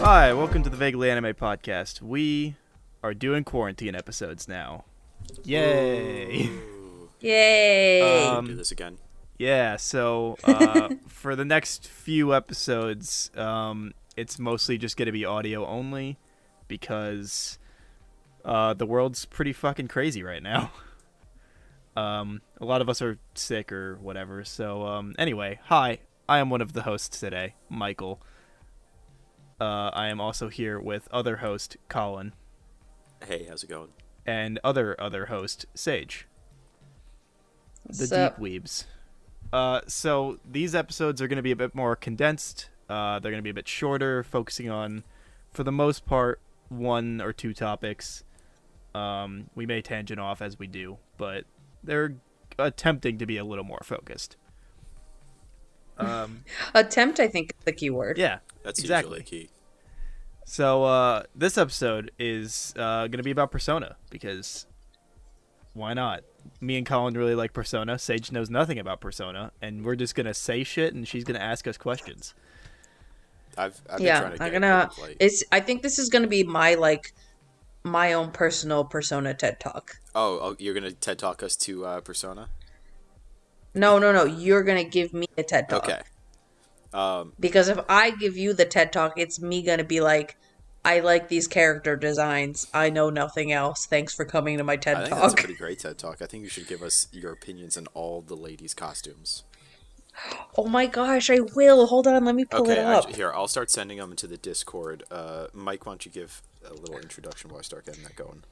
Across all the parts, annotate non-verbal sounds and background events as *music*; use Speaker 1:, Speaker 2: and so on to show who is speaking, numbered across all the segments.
Speaker 1: Hi, welcome to the Vaguely Anime Podcast. We are doing quarantine episodes now. Yay!
Speaker 2: Yay!
Speaker 1: Um,
Speaker 3: do this again.
Speaker 1: Yeah, so uh, for the next few episodes, um, it's mostly just going to be audio only because uh, the world's pretty fucking crazy right now. *laughs* Um, a lot of us are sick or whatever. So, um, anyway, hi, I am one of the hosts today, Michael. Uh, I am also here with other host Colin
Speaker 3: Hey, how's it going?
Speaker 1: and other other host Sage. the
Speaker 2: So-
Speaker 1: deep weebs. Uh, so these episodes are going to be a bit more condensed. Uh, they're going to be a bit shorter, focusing on, for the most part, one or two topics. Um, we may tangent off as we do, but they're attempting to be a little more focused. Um,
Speaker 2: Attempt, I think, is the key word.
Speaker 1: yeah,
Speaker 3: That's
Speaker 1: exactly.
Speaker 3: usually key.
Speaker 1: So uh, this episode is uh, going to be about Persona because why not? Me and Colin really like Persona. Sage knows nothing about Persona, and we're just going to say shit, and she's going to ask us questions.
Speaker 3: I've, I've
Speaker 2: Yeah,
Speaker 3: been trying to
Speaker 2: I'm
Speaker 3: get
Speaker 2: gonna.
Speaker 3: rid of, like-
Speaker 2: It's. I think this is gonna be my like, my own personal persona TED talk.
Speaker 3: oh, oh, you're gonna TED talk us to uh, Persona.
Speaker 2: No, no, no. You're gonna give me a Uh, TED talk.
Speaker 3: Okay. Um,
Speaker 2: Because if I give you the TED talk, it's me gonna be like, I like these character designs. I know nothing else. Thanks for coming to my TED
Speaker 3: I think that's a
Speaker 2: talk.
Speaker 3: pretty great TED talk. I think you should give us your opinions on all the ladies' costumes.
Speaker 2: *laughs* Oh my gosh, I will. Hold on, let me pull it
Speaker 3: Okay, I,
Speaker 2: up.
Speaker 3: here I'll start sending them to the Discord. Uh, Mike, why don't you give a little introduction while I start getting that going?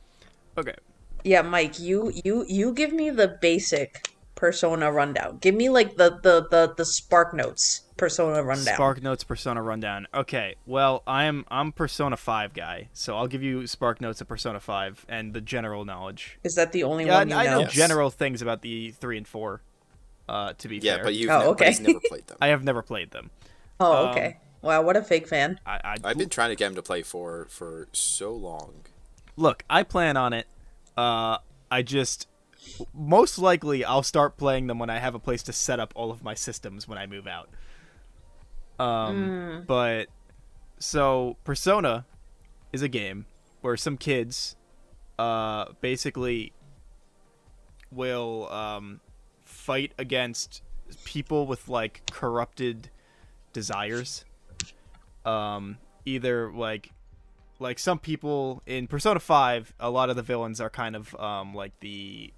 Speaker 1: Okay.
Speaker 2: Yeah, Mike, you you you give me the basic persona rundown. Give me like the the the, the spark notes persona rundown.
Speaker 1: Spark Notes Persona rundown. Okay. Well, I'm I'm Persona Five guy, so I'll give you Spark Notes of Persona Five and the general knowledge.
Speaker 2: Is that the only
Speaker 1: Yeah, I I
Speaker 2: one you
Speaker 1: know,
Speaker 2: know?
Speaker 3: Yes.
Speaker 1: general things about the three and four. Uh, to be
Speaker 3: Yeah,
Speaker 1: fair,
Speaker 3: but you've
Speaker 2: Oh,
Speaker 3: ne- but he's
Speaker 2: okay.
Speaker 3: never played them.
Speaker 2: *laughs*
Speaker 1: I have never played them.
Speaker 2: Oh, okay. Wow, what a fake fan.
Speaker 1: I, I
Speaker 3: I've been trying to get him to play for for so long.
Speaker 1: look, I plan on it. Uh, I just most likely I'll start playing them when I have a place to set up all of my systems when I move out. Um,
Speaker 2: Mm-hmm.
Speaker 1: but so Persona is a game where some kids, uh, basically will um fight against people with like corrupted desires. Um, either like like some people in Persona 5, a lot of the villains are kind of um, like the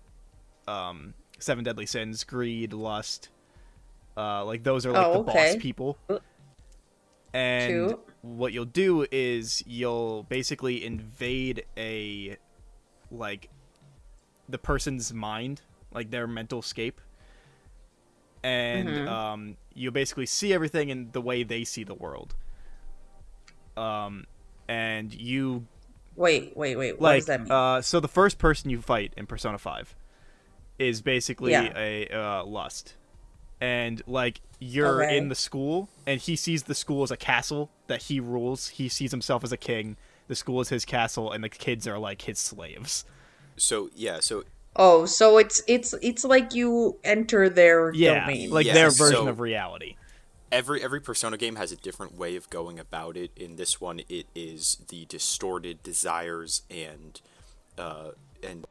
Speaker 1: um, seven deadly sins, greed, lust. Uh, like those are like
Speaker 2: Oh,
Speaker 1: the
Speaker 2: okay.
Speaker 1: boss people. And
Speaker 2: Cute.
Speaker 1: what you'll do is you'll basically invade a like the person's mind, like their mental scape. And um, you basically see everything in the way they see the world. Um, and you
Speaker 2: Wait, wait, wait. What
Speaker 1: like
Speaker 2: does that mean?
Speaker 1: uh so the first person you fight in persona 5 is basically
Speaker 2: Yeah.
Speaker 1: a uh, lust and like you're
Speaker 2: Okay.
Speaker 1: in the school and he sees the school as a castle that he rules he sees himself as a king the school is his castle and the kids are like his slaves
Speaker 3: So yeah, so
Speaker 2: oh, so it's it's it's like you enter their
Speaker 1: yeah
Speaker 2: domain.
Speaker 1: like
Speaker 3: Yeah,
Speaker 1: their version
Speaker 3: so-
Speaker 1: of reality
Speaker 3: every every persona game has a different way of going about it in this one it is the distorted desires and uh and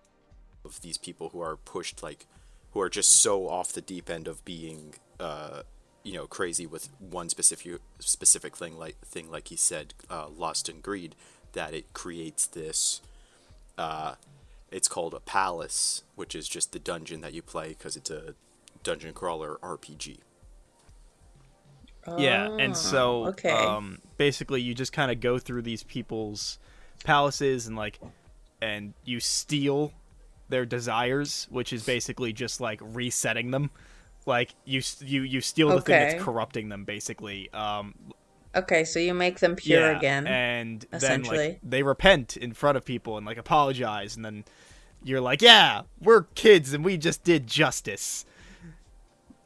Speaker 3: of these people who are pushed like who are just so off the deep end of being uh you know crazy with one specific specific thing like thing like he said uh, lust and greed that it creates this uh it's called a palace which is just the dungeon that you play because it's a dungeon crawler rpg
Speaker 1: Yeah, and so
Speaker 2: Ah, okay.
Speaker 1: um, basically you just kind of go through these people's palaces and like and you steal their desires, which is basically just like resetting them. Like you s- you you steal the thing
Speaker 2: Okay.
Speaker 1: that's corrupting them basically. Um
Speaker 2: Okay, so you make them pure
Speaker 1: yeah,
Speaker 2: again.
Speaker 1: And then like
Speaker 2: essentially.
Speaker 1: they repent in front of people and like apologize and then you're like, "Yeah, we're kids and we just did justice."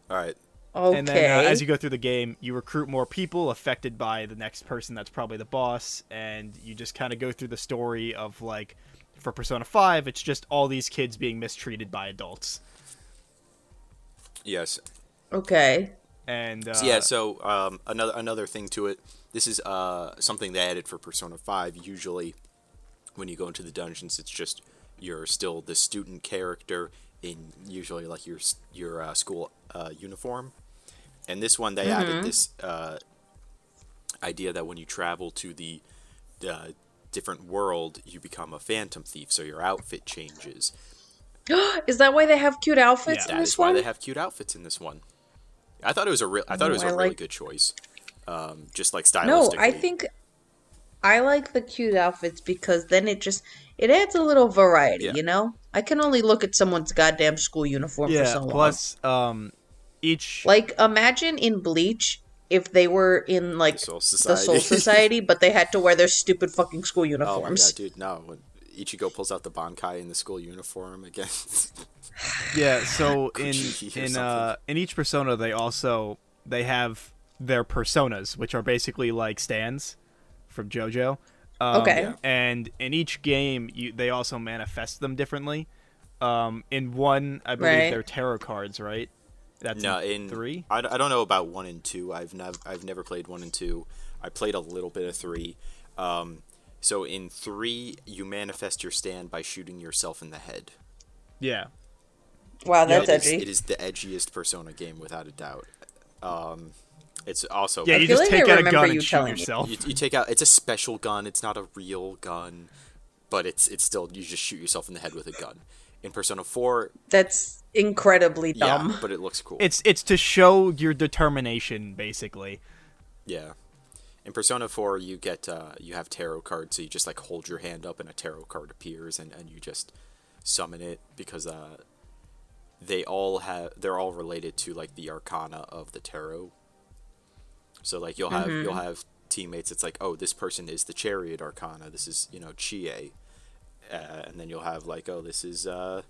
Speaker 3: all right
Speaker 2: okay.
Speaker 1: And then uh, as you go through the game, you recruit more people affected by the next person that's probably the boss, and you just kind of go through the story of like for Persona 5, it's just all these kids being mistreated by adults.
Speaker 3: Yes.
Speaker 2: Okay. *gasps*
Speaker 1: And uh,
Speaker 3: So, yeah, so um, another another thing to it. This is uh, something they added for Persona Five. Usually, when you go into the dungeons, it's just you're still the student character in usually like your s- your uh, school uh, uniform. And this one, they added this uh, idea that when you travel to the uh, different world, you become a phantom thief. So your outfit changes.
Speaker 2: Is that why they have cute outfits
Speaker 1: Yeah.
Speaker 2: in
Speaker 3: That
Speaker 2: this
Speaker 3: is why
Speaker 2: one?
Speaker 3: they have cute outfits in this one. I thought it was a real. I thought
Speaker 2: Ooh,
Speaker 3: it was
Speaker 2: I
Speaker 3: a really
Speaker 2: like-
Speaker 3: good choice. Um, just like
Speaker 2: no,
Speaker 3: stylistically.
Speaker 2: I think I like the cute outfits because then it just it adds a little variety,
Speaker 3: Yeah.
Speaker 2: you know? I can only look at someone's goddamn school uniform for
Speaker 1: yeah.
Speaker 2: so long.
Speaker 1: Plus, um, each
Speaker 2: Like imagine in Bleach if they were in like
Speaker 3: Soul
Speaker 2: the Soul
Speaker 3: Society. *laughs*
Speaker 2: Society, but they had to wear their stupid fucking school
Speaker 3: Oh my
Speaker 2: uniforms.
Speaker 3: god, dude! No, when Ichigo pulls out the Bankai in the school uniform again.
Speaker 1: *laughs* yeah
Speaker 3: *laughs*
Speaker 1: so in
Speaker 3: Kuchiki or
Speaker 1: in
Speaker 3: something.
Speaker 1: uh in each persona they also they have their personas which are basically like stands from jojo um,
Speaker 2: Okay. Yeah.
Speaker 1: and in each game you they also manifest them differently um in one i believe
Speaker 2: Right.
Speaker 1: they're tarot cards right that's
Speaker 3: no, in
Speaker 1: three
Speaker 3: I, I don't know about one and two. I've never I've never played one and two. I played a little bit of three. Um, so in three, you manifest your stand by shooting yourself in the head.
Speaker 1: yeah
Speaker 2: Wow, that's
Speaker 3: it is,
Speaker 2: edgy.
Speaker 3: it is the edgiest Persona game without a doubt. Um, it's also
Speaker 1: yeah you
Speaker 2: feel
Speaker 1: just
Speaker 2: like I
Speaker 1: take out a
Speaker 2: remember
Speaker 1: gun
Speaker 2: you
Speaker 1: and shoot
Speaker 2: telling me.
Speaker 1: yourself
Speaker 3: you, you take out it's a special gun it's not a real gun but it's it's still you just shoot yourself in the head with a gun in persona 4
Speaker 2: That's incredibly
Speaker 3: yeah
Speaker 2: dumb.
Speaker 3: but it looks cool
Speaker 1: it's it's to show your determination basically
Speaker 3: yeah in persona 4 you get uh you have tarot cards so you just like hold your hand up and a tarot card appears and and you just summon it because uh they all have they're all related to like the arcana of the tarot so like you'll have you'll have teammates it's like oh this person is the chariot arcana this is you know chie uh, and then you'll have like oh this is uh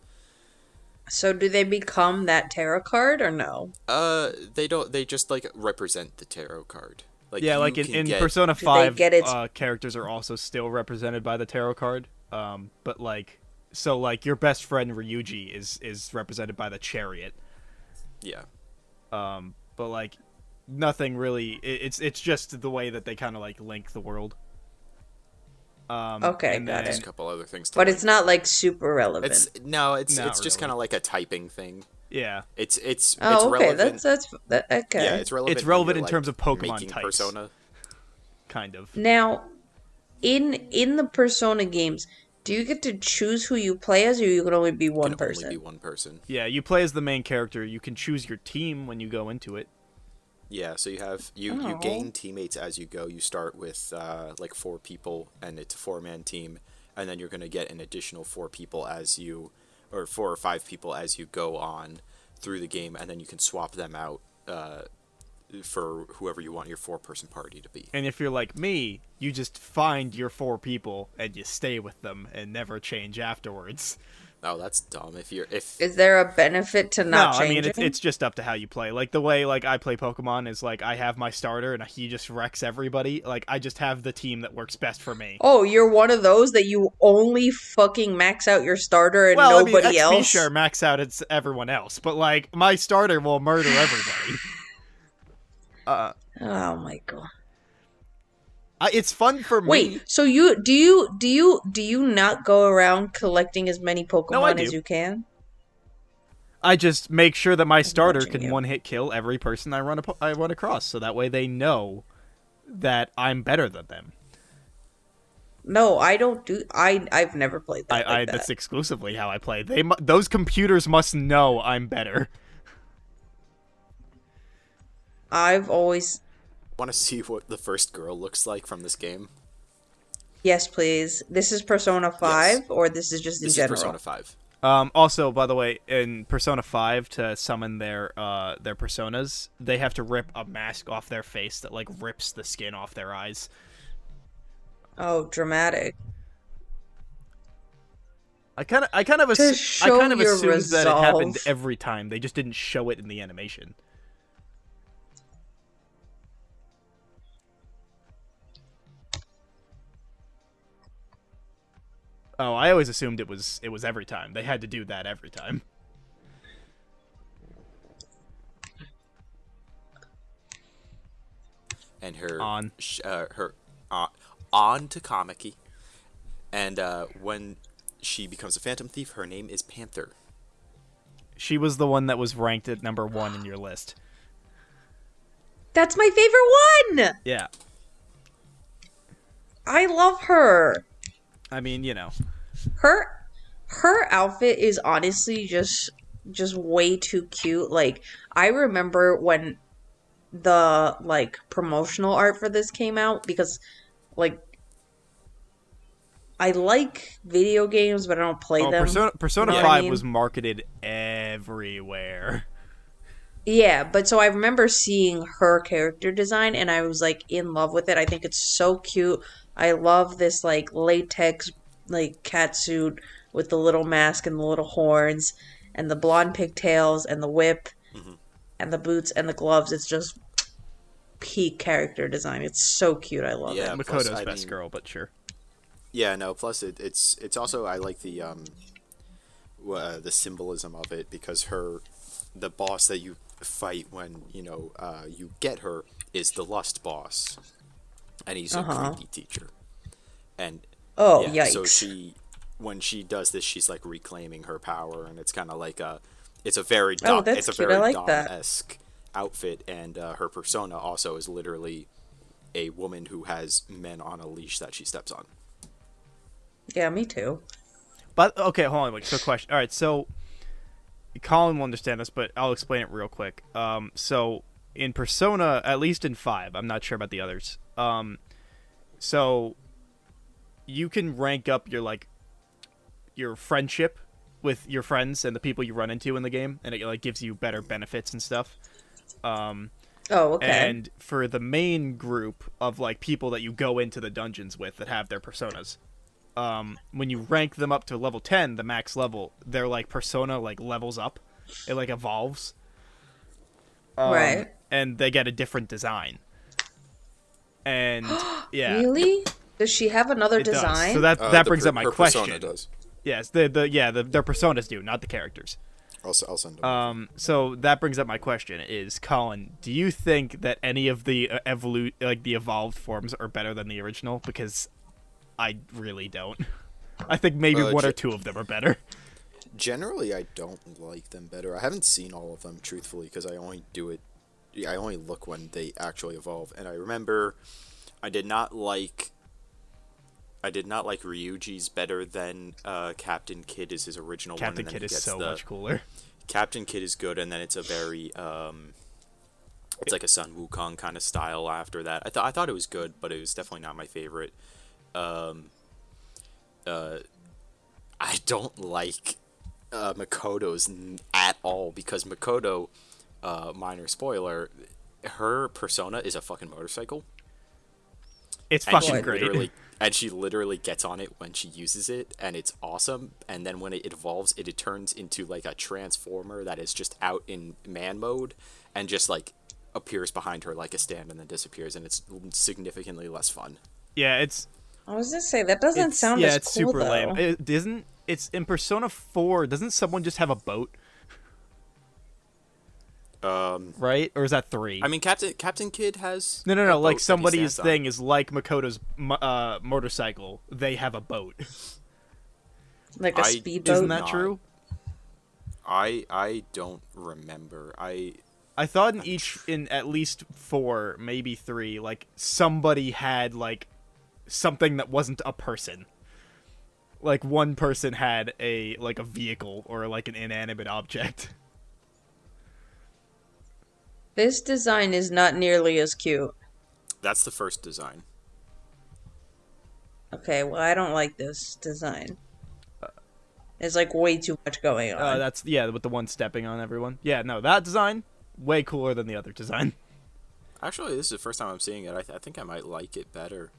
Speaker 2: So do they become that tarot card or no?
Speaker 3: uh they don't they just like represent the tarot card like
Speaker 1: yeah
Speaker 3: you
Speaker 1: like in,
Speaker 3: can
Speaker 1: in
Speaker 3: get-
Speaker 1: persona
Speaker 2: they
Speaker 1: 5
Speaker 2: get its-
Speaker 1: uh, characters are also still represented by the tarot card um but like so like your best friend ryuji is is represented by the chariot
Speaker 3: yeah
Speaker 1: um but like nothing really it, it's it's just the way that they kind of like link the world um
Speaker 2: Okay,
Speaker 1: and
Speaker 2: got
Speaker 1: then-
Speaker 3: there's a couple other things to
Speaker 2: But
Speaker 3: like.
Speaker 2: it's not like super relevant.
Speaker 3: it's no it's
Speaker 1: Not
Speaker 3: it's just
Speaker 1: really.
Speaker 3: kind of like a typing thing
Speaker 1: yeah
Speaker 3: it's it's
Speaker 2: oh,
Speaker 3: it's
Speaker 2: okay.
Speaker 3: relevant
Speaker 2: That's that's that, okay.
Speaker 3: yeah it's relevant
Speaker 1: It's
Speaker 3: when you're,
Speaker 1: relevant in
Speaker 3: like,
Speaker 1: terms of Pokemon
Speaker 3: making
Speaker 1: types.
Speaker 3: persona
Speaker 1: kind of
Speaker 2: Now, in in the Persona games, do you get to choose who you play as, or you can only be one
Speaker 3: can
Speaker 2: person?
Speaker 3: only be one person
Speaker 1: yeah you play as the main character you can choose your team when you go into it
Speaker 3: Yeah, so you have you you
Speaker 2: Oh.
Speaker 3: gain teammates as you go. You start with uh, like four people, and it's a four man team, and then you're gonna get an additional four people as you, or four or five people as you go on through the game, and then you can swap them out uh, for whoever you want your four person party to be.
Speaker 1: and if you're like me you just find your four people and you stay with them and never change afterwards
Speaker 3: Oh, that's dumb. If you're if
Speaker 2: Is there a benefit to
Speaker 1: No,
Speaker 2: *laughs* not
Speaker 1: I mean
Speaker 2: changing?
Speaker 1: it's it's just up to how you play. Like the way like I play Pokemon is like I have my starter and he just wrecks everybody. Like I just have the team that works best for me.
Speaker 2: Oh, you're one of those that you only fucking max out your starter and
Speaker 1: well,
Speaker 2: nobody
Speaker 1: I mean, XP
Speaker 2: else.
Speaker 1: sure max out it's everyone else, but like my starter will murder
Speaker 2: *laughs*
Speaker 1: everybody. uh,
Speaker 2: Oh my god.
Speaker 1: I, it's fun for me.
Speaker 2: Wait, so you do you do you do you not go around collecting as many Pokemon
Speaker 1: No, I
Speaker 2: as
Speaker 1: do.
Speaker 2: you can?
Speaker 1: I just make sure that my starter
Speaker 2: watching
Speaker 1: can
Speaker 2: you.
Speaker 1: one hit kill every person I run up- I run across, so that way they know that I'm better than them.
Speaker 2: No, I don't do. I I've never played that.
Speaker 1: I,
Speaker 2: like
Speaker 1: I
Speaker 2: that.
Speaker 1: that's exclusively how I play. They mu- those computers must know I'm better.
Speaker 2: I've always
Speaker 3: want to see what the first girl looks like from this game,
Speaker 2: yes, please. This is Persona Five, or this is just in
Speaker 3: this
Speaker 2: general.
Speaker 3: is Persona Five.
Speaker 1: Um, also, by the way, in Persona Five, to summon their uh, their personas, they have to rip a mask off their face that like rips the skin off their eyes.
Speaker 2: Oh, dramatic.
Speaker 1: I kind of, I kind of,
Speaker 2: To
Speaker 1: assu- I
Speaker 2: show
Speaker 1: kind of
Speaker 2: your
Speaker 1: assumed that it happened
Speaker 2: resolve.
Speaker 1: every time. They just didn't show it in the animation. Oh, I always assumed it was it was every time. They had to do that every time.
Speaker 3: and her
Speaker 1: On.
Speaker 3: sh- uh, her uh, on to Kamiki, and uh, when she becomes a Phantom Thief, her name is Panther.
Speaker 1: She was the one that was ranked at number one in your list.
Speaker 2: That's my favorite one.
Speaker 1: Yeah.
Speaker 2: I love her.
Speaker 1: I mean, you know.
Speaker 2: her her outfit is honestly just just way too cute like i remember when the like promotional art for this came out because like i like video games but i don't play
Speaker 1: Oh,
Speaker 2: them
Speaker 1: Persona, Persona
Speaker 2: know what I
Speaker 1: 5
Speaker 2: mean?
Speaker 1: was marketed everywhere.
Speaker 2: yeah but so i remember seeing her character design and i was like in love with it i think it's so cute i love this like latex like cat suit with the little mask and the little horns and the blonde pigtails and the whip
Speaker 3: Mm-hmm.
Speaker 2: and the boots and the gloves. It's just peak character design. It's so cute. I love
Speaker 3: Yeah,
Speaker 2: it.
Speaker 1: Makoto's
Speaker 3: plus, I
Speaker 1: best
Speaker 3: mean-
Speaker 1: girl, but sure.
Speaker 3: Yeah, no. Plus, it, it's it's also I like the um, w- uh, the symbolism of it because her, the boss that you fight when you know uh, you get her is the lust boss, and he's a
Speaker 2: Uh-huh.
Speaker 3: creepy teacher, and
Speaker 2: Oh,
Speaker 3: yeah,
Speaker 2: yikes.
Speaker 3: so she when she does this, she's like reclaiming her power, and it's kind of like a it's a very
Speaker 2: Oh,
Speaker 3: Dom,
Speaker 2: that's
Speaker 3: it's a
Speaker 2: cute, I
Speaker 3: very
Speaker 2: like that.
Speaker 3: Dom-esque outfit, and uh, her persona also is literally a woman who has men on a leash that she steps on.
Speaker 2: yeah, me too.
Speaker 1: But okay, hold on. Wait, so question. All right, so Colin will understand this, but I'll explain it real quick. Um, so in Persona, at least in five, I'm not sure about the others. Um, so you can rank up your like your friendship with your friends and the people you run into in the game, and it like gives you better benefits and stuff.
Speaker 2: Oh, okay.
Speaker 1: And for the main group of like people that you go into the dungeons with that have their personas, um, when you rank them up to level ten, the max level, their like persona like levels up, it like evolves, um,
Speaker 2: right.
Speaker 1: and they get a different design.
Speaker 2: *gasps*
Speaker 1: And yeah,
Speaker 2: Really? Does she have another
Speaker 1: it does.
Speaker 2: design?
Speaker 1: So that
Speaker 3: Uh,
Speaker 1: that
Speaker 3: the
Speaker 1: brings
Speaker 3: per-
Speaker 1: up my
Speaker 3: her
Speaker 1: question.
Speaker 3: persona Does.
Speaker 1: Yes, the the yeah the, their personas do, not the characters.
Speaker 3: I'll, s- I'll send them.
Speaker 1: Um, so that brings up my question: Is Colin? Do you think that any of the uh, evolu- like the evolved forms, are better than the original? Because I really don't. I think maybe
Speaker 3: Uh,
Speaker 1: one or
Speaker 3: ju-
Speaker 1: two of them are better.
Speaker 3: Generally, I don't like them better. I haven't seen all of them truthfully because I only do it. yeah, I only look when they actually evolve. And I remember, I did not like. I did not like Ryuji's better than uh, Captain Kidd is his original one.
Speaker 1: Captain
Speaker 3: and then
Speaker 1: Kidd
Speaker 3: he
Speaker 1: is
Speaker 3: gets
Speaker 1: so
Speaker 3: the-
Speaker 1: much cooler.
Speaker 3: Captain Kidd is good, and then it's a very um, it's like a Sun Wukong kind of style after that. I thought I thought it was good, but it was definitely not my favorite. Um, uh, I don't like uh, Makoto's n- at all because Makoto, uh, minor spoiler, her persona is a fucking motorcycle,
Speaker 1: It's
Speaker 3: and
Speaker 1: fucking
Speaker 3: she
Speaker 1: great.
Speaker 3: literally and she literally gets on it when she uses it, and it's awesome. And then when it evolves, it, it turns into like a transformer that is just out in man mode, and just like appears behind her like a stand and then disappears, and it's significantly less fun.
Speaker 1: *laughs* Yeah, it's
Speaker 2: I was gonna say that doesn't
Speaker 1: it's-
Speaker 2: sound
Speaker 1: yeah,
Speaker 2: as
Speaker 1: it's
Speaker 2: cool
Speaker 1: super
Speaker 2: though.
Speaker 1: lame. It isn't. It's in Persona Four. Doesn't someone just have a boat? Um. Right? Or is that three?
Speaker 3: I mean, Captain Captain Kidd has
Speaker 1: no, no,
Speaker 3: a
Speaker 1: no.
Speaker 3: boat that
Speaker 1: Like
Speaker 3: he
Speaker 1: somebody's
Speaker 3: stands on.
Speaker 1: thing is like Makoto's mo- uh, motorcycle. They have a boat.
Speaker 2: like a
Speaker 3: I-
Speaker 2: speedboat.
Speaker 1: Isn't that
Speaker 3: not.
Speaker 1: true?
Speaker 3: I I don't remember. I
Speaker 1: I thought in each, in at least four, maybe three, like somebody had like something that wasn't a person. Like one person had a like a vehicle or like an inanimate object. *laughs*
Speaker 2: This design is not nearly as cute.
Speaker 3: that's the first design.
Speaker 2: Okay, well I don't like this design. There's like way too much going on.
Speaker 1: Uh, that's yeah, with the one stepping on everyone. Yeah, no, that design way cooler than the other design.
Speaker 3: Actually, this is the first time I'm seeing it. I, th- I think I might like it better.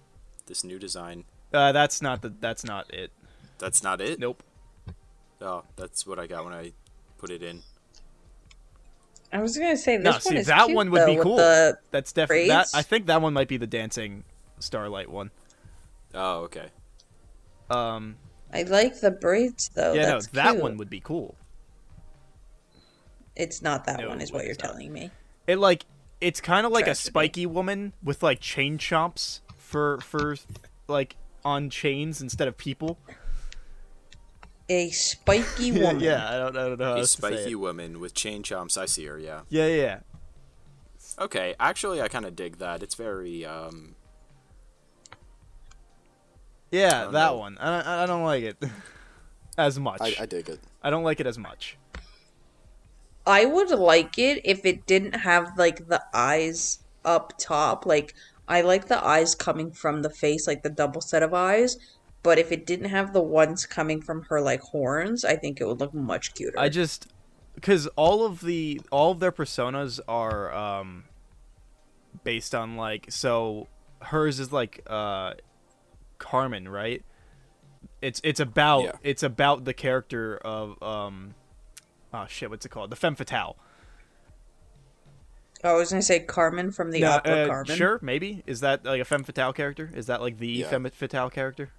Speaker 3: This new design.
Speaker 1: Uh, that's not the that's not it.
Speaker 3: That's not it.
Speaker 1: Nope.
Speaker 3: Oh, that's what I got when I put it in.
Speaker 2: I was gonna say this
Speaker 1: No,
Speaker 2: one
Speaker 1: see
Speaker 2: is
Speaker 1: that
Speaker 2: cute,
Speaker 1: one would
Speaker 2: though,
Speaker 1: be
Speaker 2: with
Speaker 1: cool.
Speaker 2: the-
Speaker 1: That's definitely that.
Speaker 2: braids.
Speaker 1: I think that one might be the dancing starlight one.
Speaker 3: Oh, okay.
Speaker 1: Um,
Speaker 2: I like the braids though.
Speaker 1: yeah,
Speaker 2: Oh, That's
Speaker 1: no, that
Speaker 2: cute.
Speaker 1: one would be cool.
Speaker 2: It's not that
Speaker 1: No,
Speaker 2: one, is what
Speaker 1: it's
Speaker 2: you're
Speaker 1: not.
Speaker 2: telling me.
Speaker 1: It like it's kind of like a
Speaker 4: Tragedy.
Speaker 1: spiky woman with like chain chomps for for like on chains instead of people.
Speaker 2: A spiky
Speaker 1: *laughs*
Speaker 2: woman.
Speaker 1: Yeah, I don't, I don't know. How
Speaker 3: A
Speaker 1: else to say it.
Speaker 3: spiky woman with chain chomps. I see her. Yeah.
Speaker 1: Yeah, yeah, yeah.
Speaker 3: Okay. Actually, I kind of dig that. It's very um.
Speaker 1: Yeah,
Speaker 3: don't
Speaker 1: that
Speaker 3: know.
Speaker 1: one. I, I- I don't like it *laughs* as much.
Speaker 4: I, I
Speaker 1: I,
Speaker 4: dig it.
Speaker 1: don't like it as much.
Speaker 2: I would like it if it didn't have like the eyes up top. Like I like the eyes coming from the face, like the double set of eyes. But if it didn't have the ones coming from her like horns, I think it would look much cuter.
Speaker 1: I just because all of the all of their personas are um based on like so hers is like uh Carmen, right? It's it's about
Speaker 4: Yeah.
Speaker 1: it's about the character of um oh shit, what's it called? The femme fatale.
Speaker 2: I was gonna say Carmen from the
Speaker 1: No,
Speaker 2: opera
Speaker 1: uh,
Speaker 2: Carmen.
Speaker 1: Sure, maybe is that like a femme fatale character? Is that like the
Speaker 4: Yeah.
Speaker 1: femme fatale character?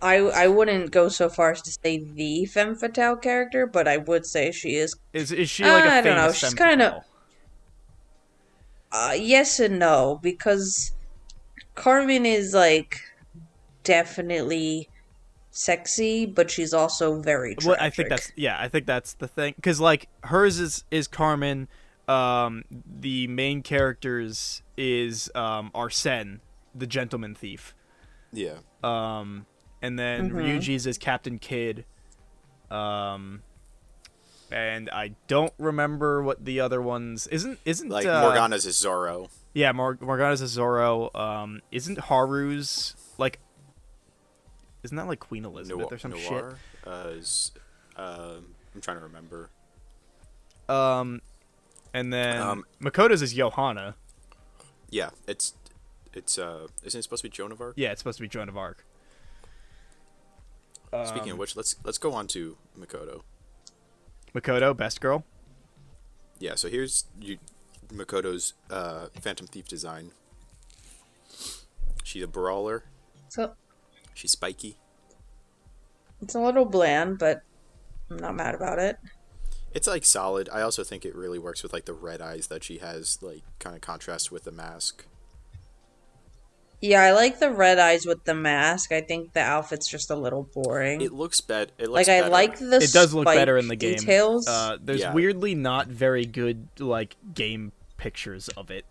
Speaker 2: I I wouldn't go so far as to say the femme fatale character, but I would say she is.
Speaker 1: Is is she like a
Speaker 2: Uh, I don't know,
Speaker 1: famous
Speaker 2: she's
Speaker 1: femme
Speaker 2: kinda-
Speaker 1: fatale?
Speaker 2: Uh, yes and no because Carmen is like definitely sexy, but she's also very. Tragic.
Speaker 1: Well, I think that's yeah. I think that's the thing because like hers is is Carmen. Um, the main characters is um Arsène, the gentleman thief.
Speaker 4: Yeah.
Speaker 1: Um, and then
Speaker 3: Mm-hmm.
Speaker 1: Ryuji's is Captain Kidd. Um, and I don't remember what the other ones isn't isn't
Speaker 3: Like
Speaker 1: uh,
Speaker 3: Morgana's is Zorro.
Speaker 1: Yeah, Mor- Morgana's a Zorro. Um, isn't Haru's like? Isn't that like Queen Elizabeth
Speaker 3: Noir.
Speaker 1: or some shit?
Speaker 3: Noir uh, is, um, I'm trying to remember.
Speaker 1: Um, and then
Speaker 3: Um,
Speaker 1: Makoto's is Johanna.
Speaker 3: Yeah, it's it's uh isn't it supposed to be Joan of Arc?
Speaker 1: Yeah, it's supposed to be Joan of Arc.
Speaker 3: Speaking of which, let's let's go on to Makoto.
Speaker 1: Makoto, best girl.
Speaker 3: Yeah, so here's you, Makoto's uh, Phantom Thief design. She's a brawler.
Speaker 2: so.
Speaker 3: She's spiky.
Speaker 2: It's a little bland, but I'm not mad about it.
Speaker 3: It's like solid. I also think it really works with like the red eyes that she has, like kind of contrast with the mask.
Speaker 2: Yeah, I like the red eyes with the mask. I think the outfit's just a little boring.
Speaker 3: It looks bet. It looks
Speaker 2: like I
Speaker 3: better.
Speaker 2: like the
Speaker 1: It does look
Speaker 2: spike
Speaker 1: better in the game.
Speaker 2: details.
Speaker 1: Uh, there's
Speaker 3: Yeah.
Speaker 1: weirdly not very good like game pictures of it.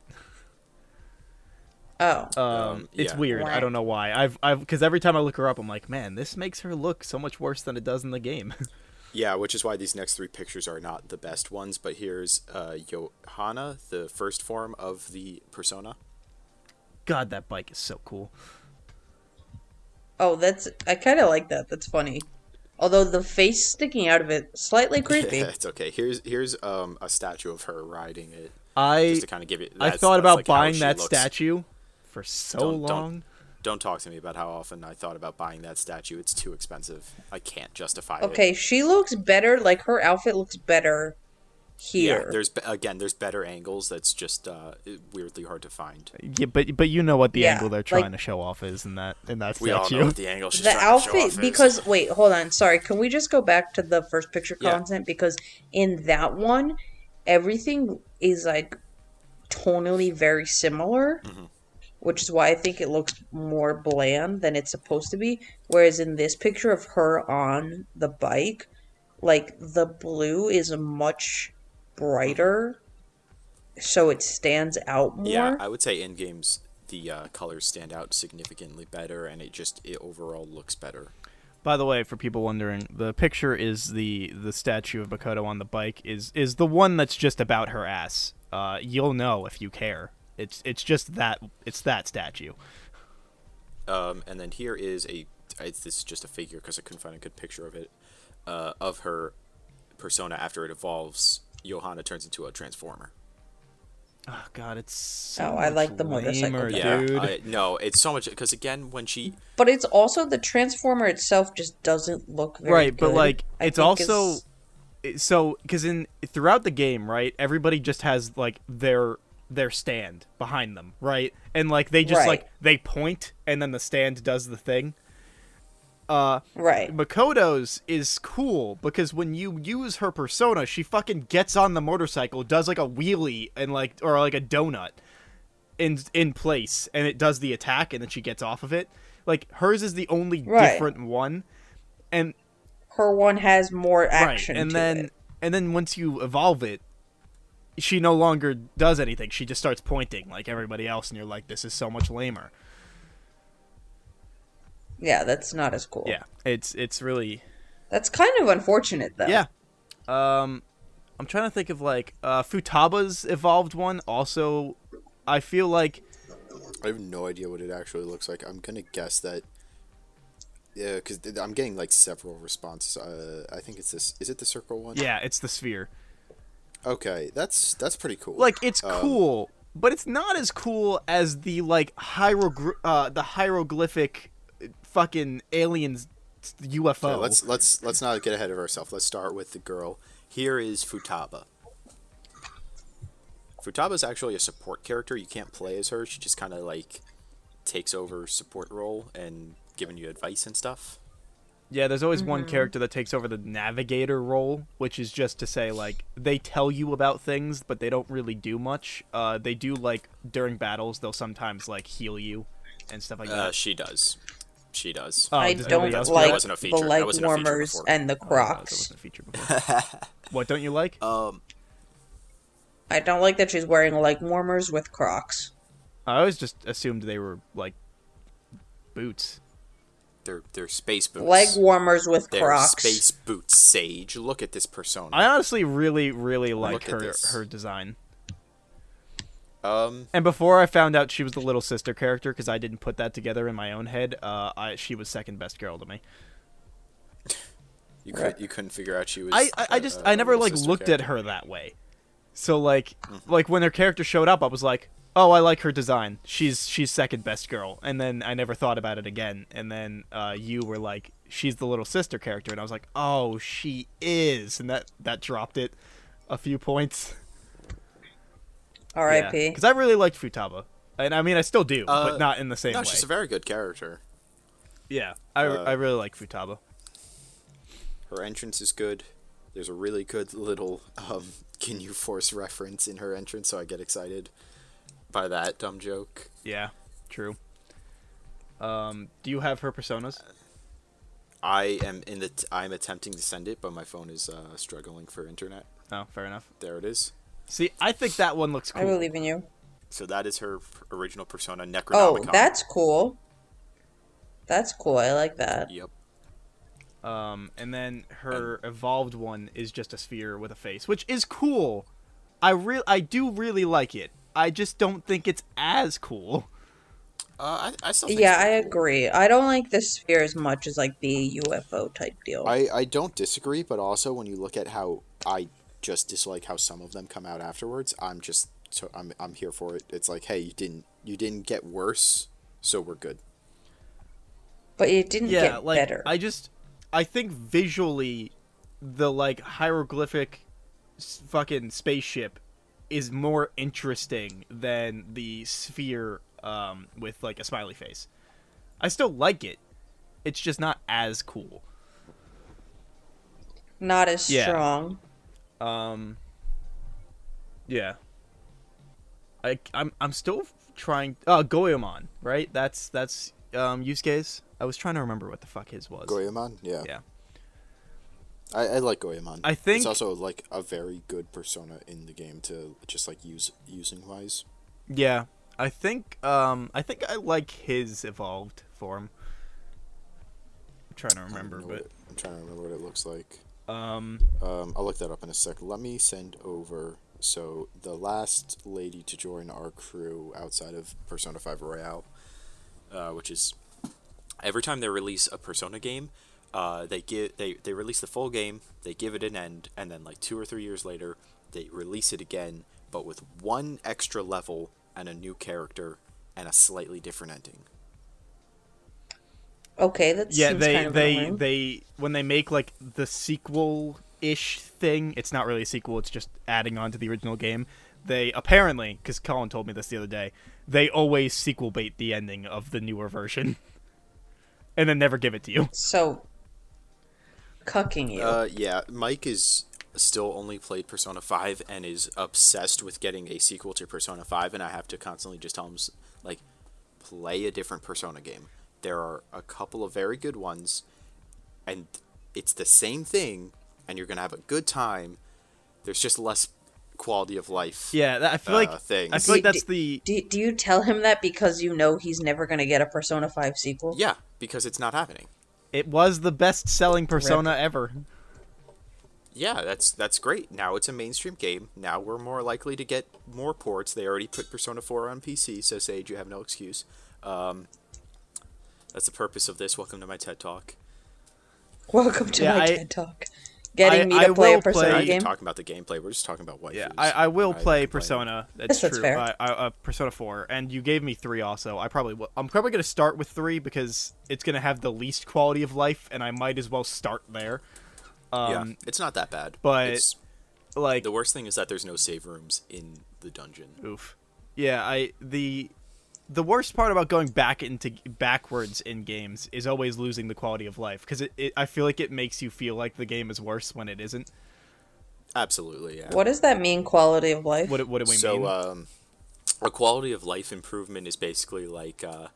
Speaker 2: oh,
Speaker 1: Um,
Speaker 3: Um,
Speaker 1: it's
Speaker 3: yeah.
Speaker 1: weird. I
Speaker 2: Right.
Speaker 1: don't know why. I've I've because every time I look her up, I'm like, man, this makes her look so much worse than it does in the game. *laughs*
Speaker 3: Yeah, which is why these next three pictures are not the best ones. But here's uh, Johanna, the first form of the persona.
Speaker 1: God, that bike is so cool.
Speaker 2: oh, that's I kind of like that. That's funny. Although the face sticking out of it
Speaker 1: *laughs*
Speaker 2: slightly creepy.
Speaker 3: *laughs* it's okay. Here's here's um, a statue of her riding it.
Speaker 1: I
Speaker 3: just to kind of give it.
Speaker 1: I
Speaker 3: that's-
Speaker 1: thought
Speaker 3: that's,
Speaker 1: about
Speaker 3: like, how
Speaker 1: buying
Speaker 3: she
Speaker 1: that
Speaker 3: looks.
Speaker 1: statue for so
Speaker 3: Don't- don't-
Speaker 1: long.
Speaker 3: Don't talk to me about how often I thought about buying that statue. It's too expensive. I can't justify it.
Speaker 2: Okay, she looks better. Like her outfit looks better
Speaker 3: Yeah,
Speaker 2: here.
Speaker 3: there's be- again, there's better angles. That's just uh, weirdly hard to find.
Speaker 1: Yeah, but but you know what the
Speaker 2: Yeah,
Speaker 1: angle they're
Speaker 2: like-
Speaker 1: trying to show off is in that in that
Speaker 3: We all
Speaker 1: statue.
Speaker 3: know what the angle she's
Speaker 2: the
Speaker 3: trying to show off
Speaker 2: outfit
Speaker 3: is.
Speaker 2: because wait hold on sorry can we just go back to the first picture
Speaker 3: Yeah.
Speaker 2: content because in that one everything is like tonally very similar
Speaker 3: Mm-hmm.
Speaker 2: which is why i think it looks more bland than it's supposed to be whereas in this picture of her on the bike like the blue is much brighter so it stands out more
Speaker 3: Mm-hmm. yeah, I would say in games the uh, colors stand out significantly better, and it just it overall looks better.
Speaker 1: By the way, for people wondering, the picture is the the statue of Makoto on the bike is is the one that's just about her ass. Uh, you'll know if you care. It's it's just that it's that statue.
Speaker 3: Um, and then here is a it's, this is just a figure because I couldn't find a good picture of it uh, of her persona after it evolves. Johanna turns into a transformer.
Speaker 1: Oh God, it's so
Speaker 2: Oh, I
Speaker 1: much
Speaker 2: like the motorcycle
Speaker 1: lamer,
Speaker 2: guy.
Speaker 3: Yeah,
Speaker 1: dude.
Speaker 3: I, no, it's so much because again, when she
Speaker 2: but it's also the transformer itself just doesn't look very
Speaker 1: right, but
Speaker 2: good,
Speaker 1: like
Speaker 2: I
Speaker 1: it's
Speaker 2: think
Speaker 1: also
Speaker 2: is-
Speaker 1: it- so because in throughout the game, right? Everybody just has like their their stand behind them, right? And like they just
Speaker 2: Right.
Speaker 1: like they point, and then the stand does the thing. Uh,
Speaker 2: Right.
Speaker 1: Makoto's is cool because when you use her persona, she fucking gets on the motorcycle, does like a wheelie and like or like a donut in in place, and it does the attack, and then she gets off of it. Like hers is the only
Speaker 2: Right.
Speaker 1: different one, and
Speaker 2: Her one has more action.
Speaker 1: right, and
Speaker 2: to
Speaker 1: then
Speaker 2: it.
Speaker 1: and then once you evolve it, she no longer does anything. She just starts pointing like everybody else, and you're like, this is so much lamer.
Speaker 2: yeah, that's not as cool.
Speaker 1: Yeah, it's it's really
Speaker 2: That's kind of unfortunate though.
Speaker 1: Yeah. Um, I'm trying to think of like uh, Futaba's evolved one. Also, I feel like
Speaker 3: I have no idea what it actually looks like. I'm gonna guess that. Yeah, because I'm getting like several responses. Uh, I think it's this. Is it the circle one?
Speaker 1: yeah, it's the sphere.
Speaker 3: Okay, that's that's pretty cool.
Speaker 1: Like it's
Speaker 3: Um,
Speaker 1: cool, but it's not as cool as the like hieroglyph uh, the hieroglyphic fucking aliens UFO.
Speaker 3: Yeah, let's let's let's not get ahead of ourselves. Let's start with the girl. Here is Futaba. Futaba's actually a support character. You can't play as her. She just kind of like takes over support role and giving you advice and stuff.
Speaker 1: Yeah, there's always one character that takes over the navigator role, which is just to say like they tell you about things, but they don't really do much. Uh, they do like during battles, they'll sometimes like heal you and stuff like
Speaker 3: Uh,
Speaker 1: that.
Speaker 3: she does. She does.
Speaker 1: Oh,
Speaker 2: I
Speaker 1: does
Speaker 2: don't
Speaker 1: anybody else do that?
Speaker 2: like
Speaker 3: wasn't a feature.
Speaker 2: the
Speaker 3: That
Speaker 2: light
Speaker 3: wasn't a feature
Speaker 2: warmers
Speaker 3: before.
Speaker 2: and the
Speaker 1: That
Speaker 2: Crocs.
Speaker 1: wasn't a feature before. *laughs* what don't you like?
Speaker 3: um,
Speaker 2: I don't like that she's wearing leg warmers with Crocs.
Speaker 1: I always just assumed they were like boots.
Speaker 3: they're they're space boots.
Speaker 2: Leg warmers with
Speaker 3: they're
Speaker 2: Crocs.
Speaker 3: space boots. Sage, look at this persona.
Speaker 1: I honestly really, really like
Speaker 3: Look at
Speaker 1: her
Speaker 3: this.
Speaker 1: her design.
Speaker 3: um,
Speaker 1: And before I found out she was the little sister character, because I didn't put that together in my own head, uh, I, she was second best girl to me.
Speaker 3: you could you couldn't figure out she was.
Speaker 1: I, I, I
Speaker 3: a-
Speaker 1: just
Speaker 3: a-
Speaker 1: I
Speaker 3: a
Speaker 1: never
Speaker 3: little
Speaker 1: like
Speaker 3: sister
Speaker 1: looked
Speaker 3: character.
Speaker 1: at her that way. So like like when her character showed up, I was like, oh, I like her design. She's she's second best girl. And then I never thought about it again. And then uh, you were like, she's the little sister character, and I was like, oh, she is. And that that dropped it a few points.
Speaker 2: R.I.P.
Speaker 1: Because I really liked Futaba, and I mean I still do,
Speaker 3: Uh,
Speaker 1: but not in the same
Speaker 3: No,
Speaker 1: way.
Speaker 3: she's a very good character.
Speaker 1: yeah, I
Speaker 3: uh,
Speaker 1: I really like Futaba.
Speaker 3: her entrance is good. There's a really good little um, "Can you force" reference in her entrance, so I get excited by that dumb joke.
Speaker 1: Yeah, true. Um, do you have her personas?
Speaker 3: I am in the. T- I'm attempting to send it, but my phone is uh, struggling for internet.
Speaker 1: Oh, fair enough.
Speaker 3: There it is.
Speaker 1: See, I think that one looks cool.
Speaker 2: I believe in you.
Speaker 3: So that is her f- original persona,
Speaker 2: Oh,
Speaker 3: Necronomicon.
Speaker 2: that's cool. That's cool. I like that.
Speaker 3: Yep.
Speaker 1: Um, and then her evolved one is just a sphere with a face, which is cool. I re- I do really like it. I just don't think it's as cool.
Speaker 3: Uh, I, I still. Think
Speaker 2: Yeah,
Speaker 3: it's
Speaker 2: I
Speaker 3: cool.
Speaker 2: agree. I don't like the sphere as much as like the UFO type deal.
Speaker 3: I, I don't disagree, but also when you look at how I just dislike how some of them come out afterwards, I'm just so I'm I'm here for it. It's like, hey, you didn't you didn't get worse, so we're good.
Speaker 2: but it didn't
Speaker 1: Yeah,
Speaker 2: get
Speaker 1: like
Speaker 2: better.
Speaker 1: I just I think visually the like hieroglyphic s- fucking spaceship is more interesting than the sphere um with like a smiley face. I still like it. It's just not as cool.
Speaker 2: Not as
Speaker 1: Yeah.
Speaker 2: strong.
Speaker 1: Um. Yeah. I I'm I'm still trying. Uh, Goemon, right? That's that's um Yusuke's. I was trying to remember what the fuck his was.
Speaker 3: Goemon, yeah.
Speaker 1: Yeah.
Speaker 3: I, I like Goemon.
Speaker 1: I think-
Speaker 3: it's also like a very good persona in the game to just like use using wise.
Speaker 1: Yeah. I think um I think I like his evolved form. I'm trying to
Speaker 3: I
Speaker 1: remember,
Speaker 3: don't know what it- I'm trying to remember what it looks like.
Speaker 1: but um
Speaker 3: Um, I'll look that up in a sec. Let me send over. So the last lady to join our crew outside of Persona Five Royale, uh, which is every time they release a Persona game, uh, they give they they release the full game, they give it an end, and then like two or three years later, they release it again, but with one extra level and a new character and a slightly different ending.
Speaker 2: Okay, that
Speaker 1: yeah
Speaker 2: seems
Speaker 1: they
Speaker 2: kind of
Speaker 1: they
Speaker 2: annoying.
Speaker 1: they when they make like the sequel ish thing it's not really a sequel it's just adding on to the original game they apparently because colin told me this the other day they always sequel bait the ending of the newer version *laughs* and then never give it to you.
Speaker 2: So, cucking you.
Speaker 3: Uh, yeah, Mike is still only played Persona 5 and is obsessed with getting a sequel to Persona 5, and I have to constantly just tell him, s- like, play a different Persona game. There are a couple of very good ones, and it's the same thing, and you're going to have a good time. There's just less quality of life.
Speaker 1: Yeah, that, I feel
Speaker 3: Uh,
Speaker 1: like
Speaker 3: things.
Speaker 1: I feel like
Speaker 2: Do-
Speaker 1: that's the
Speaker 2: do, do you tell him that because you know he's never going to get a Persona 5 sequel?
Speaker 3: Yeah, because it's not happening.
Speaker 1: it was the best selling persona ever.
Speaker 3: Yeah, that's that's great. Now it's a mainstream game. Now we're more likely to get more ports. They already put Persona 4 on PC, so Sage, you have no excuse. Um, that's the purpose of this. Welcome to my TED Talk.
Speaker 2: Welcome to
Speaker 1: Yeah,
Speaker 2: my
Speaker 1: I-
Speaker 2: TED Talk. Getting
Speaker 1: I-
Speaker 2: me to
Speaker 1: I
Speaker 2: play a
Speaker 1: will play-
Speaker 3: We're
Speaker 2: Persona
Speaker 3: not even
Speaker 2: game?
Speaker 3: talking about the gameplay. We're just talking about waifus.
Speaker 1: Yeah, I, I will
Speaker 3: I'm
Speaker 1: play
Speaker 3: complaining.
Speaker 1: Persona. That's
Speaker 2: Yes, that's
Speaker 1: true.
Speaker 2: fair.
Speaker 1: I, I, uh, Persona Four, and you gave me three also. I probably will. I'm probably gonna start with three because it's gonna have the least quality of life, and I might as well start there.
Speaker 3: Yeah,
Speaker 1: Um,
Speaker 3: it's not that bad.
Speaker 1: but-
Speaker 3: It's-
Speaker 1: like
Speaker 3: the worst thing is that there's no save rooms in the dungeon.
Speaker 1: Oof. Yeah, I the the worst part about going back into backwards in games is always losing the quality of life because it, it I feel like it makes you feel like the game is worse when it isn't.
Speaker 3: Absolutely, yeah.
Speaker 2: What does that mean, quality of life?
Speaker 1: What do- what do we
Speaker 3: so
Speaker 1: mean?
Speaker 3: um, a quality of life improvement is basically like uh,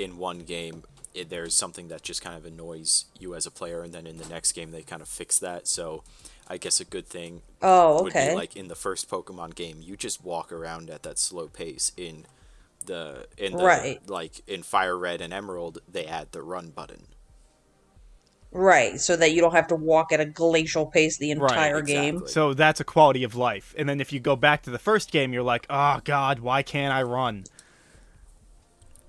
Speaker 3: in one game it, there's something that just kind of annoys you as a player and then in the next game they kind of fix that so i guess a good thing
Speaker 2: oh,
Speaker 3: would be
Speaker 2: okay.
Speaker 3: like in the first pokemon game you just walk around at that slow pace in the in the
Speaker 2: Right.
Speaker 3: like in fire red and emerald they add the run button
Speaker 2: Right, so that you don't have to walk at a glacial pace the entire game.
Speaker 3: exactly.
Speaker 1: so that's a quality of life, and then if you go back to the first game, you're like, oh god, why can't I run?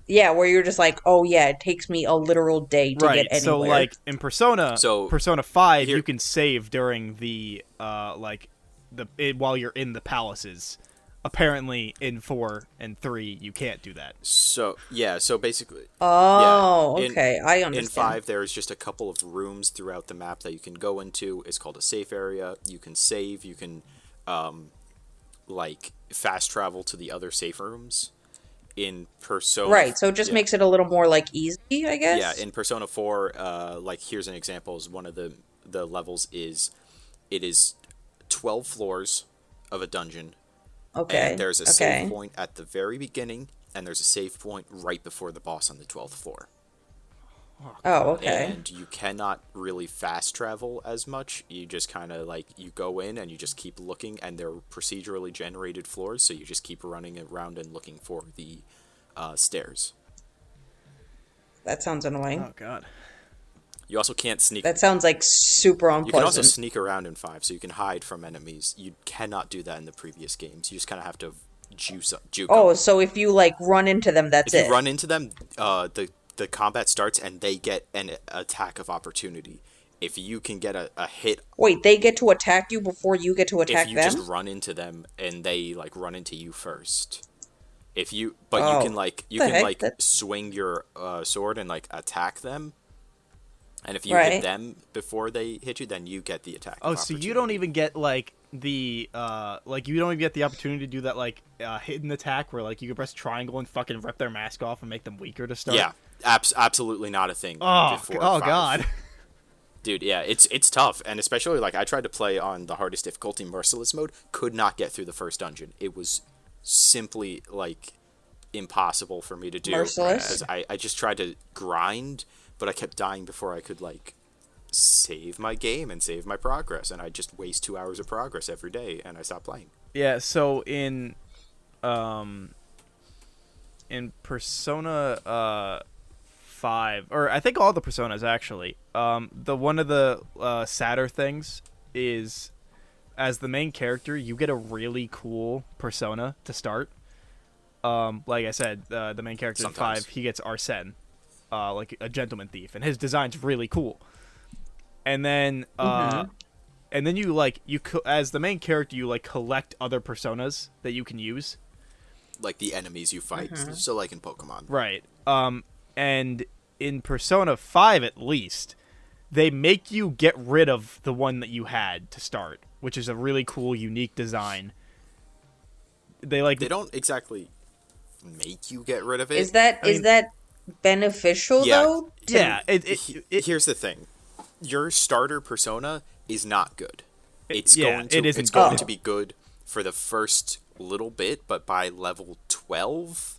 Speaker 2: Yeah, where you're just like, oh yeah, it takes me a literal day to
Speaker 1: right.
Speaker 2: get anywhere.
Speaker 1: So like in Persona,
Speaker 3: So,
Speaker 1: Persona Five,
Speaker 3: here-
Speaker 1: you can save during the uh like the it, while you're in the palaces. Apparently, in four and three, you can't do that.
Speaker 3: so yeah so basically
Speaker 2: oh,
Speaker 3: Yeah, in-
Speaker 2: okay, I understand.
Speaker 3: In five, there's just a couple of rooms throughout the map that you can go into. It's called a safe area. You can save. You can, um, like fast travel to the other safe rooms. In Persona,
Speaker 2: right, so it just
Speaker 3: yeah.
Speaker 2: makes it a little more like easy, I guess.
Speaker 3: yeah. In Persona Four, uh, like here's an example: is one of the the levels is it is twelve floors of a dungeon,
Speaker 2: okay.
Speaker 3: and there's a
Speaker 2: okay.
Speaker 3: save point at the very beginning, and there's a save point right before the boss on the twelfth floor.
Speaker 2: Oh, okay.
Speaker 3: and you cannot really fast travel as much. You just kind of like you go in and you just keep looking, and they're procedurally generated floors, so you just keep running around and looking for the uh, stairs.
Speaker 2: That sounds annoying.
Speaker 3: Uh,
Speaker 1: Oh god.
Speaker 3: You also can't sneak.
Speaker 2: That sounds like super
Speaker 3: you can
Speaker 2: unpleasant.
Speaker 3: also sneak around in five, so you can hide from enemies. You cannot do that in the previous games. You just kind of have to juice up. Juke 'em.
Speaker 2: oh, so if you like run into them, that's
Speaker 3: if
Speaker 2: it.
Speaker 3: you run into them, uh, the the combat starts, and they get an attack of opportunity. If you can get a, a hit
Speaker 2: Wait, they get to attack you before you get to attack
Speaker 3: if you
Speaker 2: them.
Speaker 3: just run into them and they like run into you first. If you but
Speaker 2: Oh.
Speaker 3: you can like you
Speaker 2: The
Speaker 3: can
Speaker 2: heck?
Speaker 3: like
Speaker 2: That-
Speaker 3: swing your uh, sword and like attack them. And if you
Speaker 2: Right.
Speaker 3: hit them before they hit you, then you get the attack.
Speaker 1: Oh,
Speaker 3: of
Speaker 1: so you don't
Speaker 3: opportunity.
Speaker 1: even get like the uh like you don't even get the opportunity to do that like uh hidden attack where like you can press triangle and fucking rip their mask off and make them weaker to start.
Speaker 3: Yeah, abs- absolutely not a thing.
Speaker 1: Oh,
Speaker 3: before
Speaker 1: oh
Speaker 3: five.
Speaker 1: god. *laughs*
Speaker 3: dude. Yeah, it's it's tough, and especially like I tried to play on the hardest difficulty, merciless mode, could not get through the first dungeon. It was simply like impossible for me to do.
Speaker 2: Merciless?
Speaker 3: because I I just tried to grind, but I kept dying before I could like save my game and save my progress, and I just waste two hours of progress every day, and I stopped playing.
Speaker 1: Yeah, so in um in Persona uh 5 or I think all the personas actually. Um the one of the uh sadder things is as the main character, you get a really cool persona to start. Um like I said, uh, the main character in
Speaker 3: Sometimes.
Speaker 1: 5, he gets Arsene, uh like a gentleman thief and his design's really cool. And then uh and then you like you co- as the main character you like collect other personas that you can use
Speaker 3: Like the enemies you fight,
Speaker 2: Mm-hmm.
Speaker 3: so like in Pokemon,
Speaker 1: right um and in persona 5 at least they make you get rid of the one that you had to start which is a really cool unique design they like
Speaker 3: they don't exactly make you get rid of it.
Speaker 2: is that is
Speaker 1: mean-
Speaker 2: that beneficial
Speaker 3: Yeah.
Speaker 2: though. to-
Speaker 1: yeah, it,
Speaker 3: He-
Speaker 1: it, it,
Speaker 3: here's the thing your starter persona is not good it's
Speaker 1: yeah,
Speaker 3: going to
Speaker 1: it isn't
Speaker 3: it's going
Speaker 2: good.
Speaker 3: to be good for the first little bit but by level 12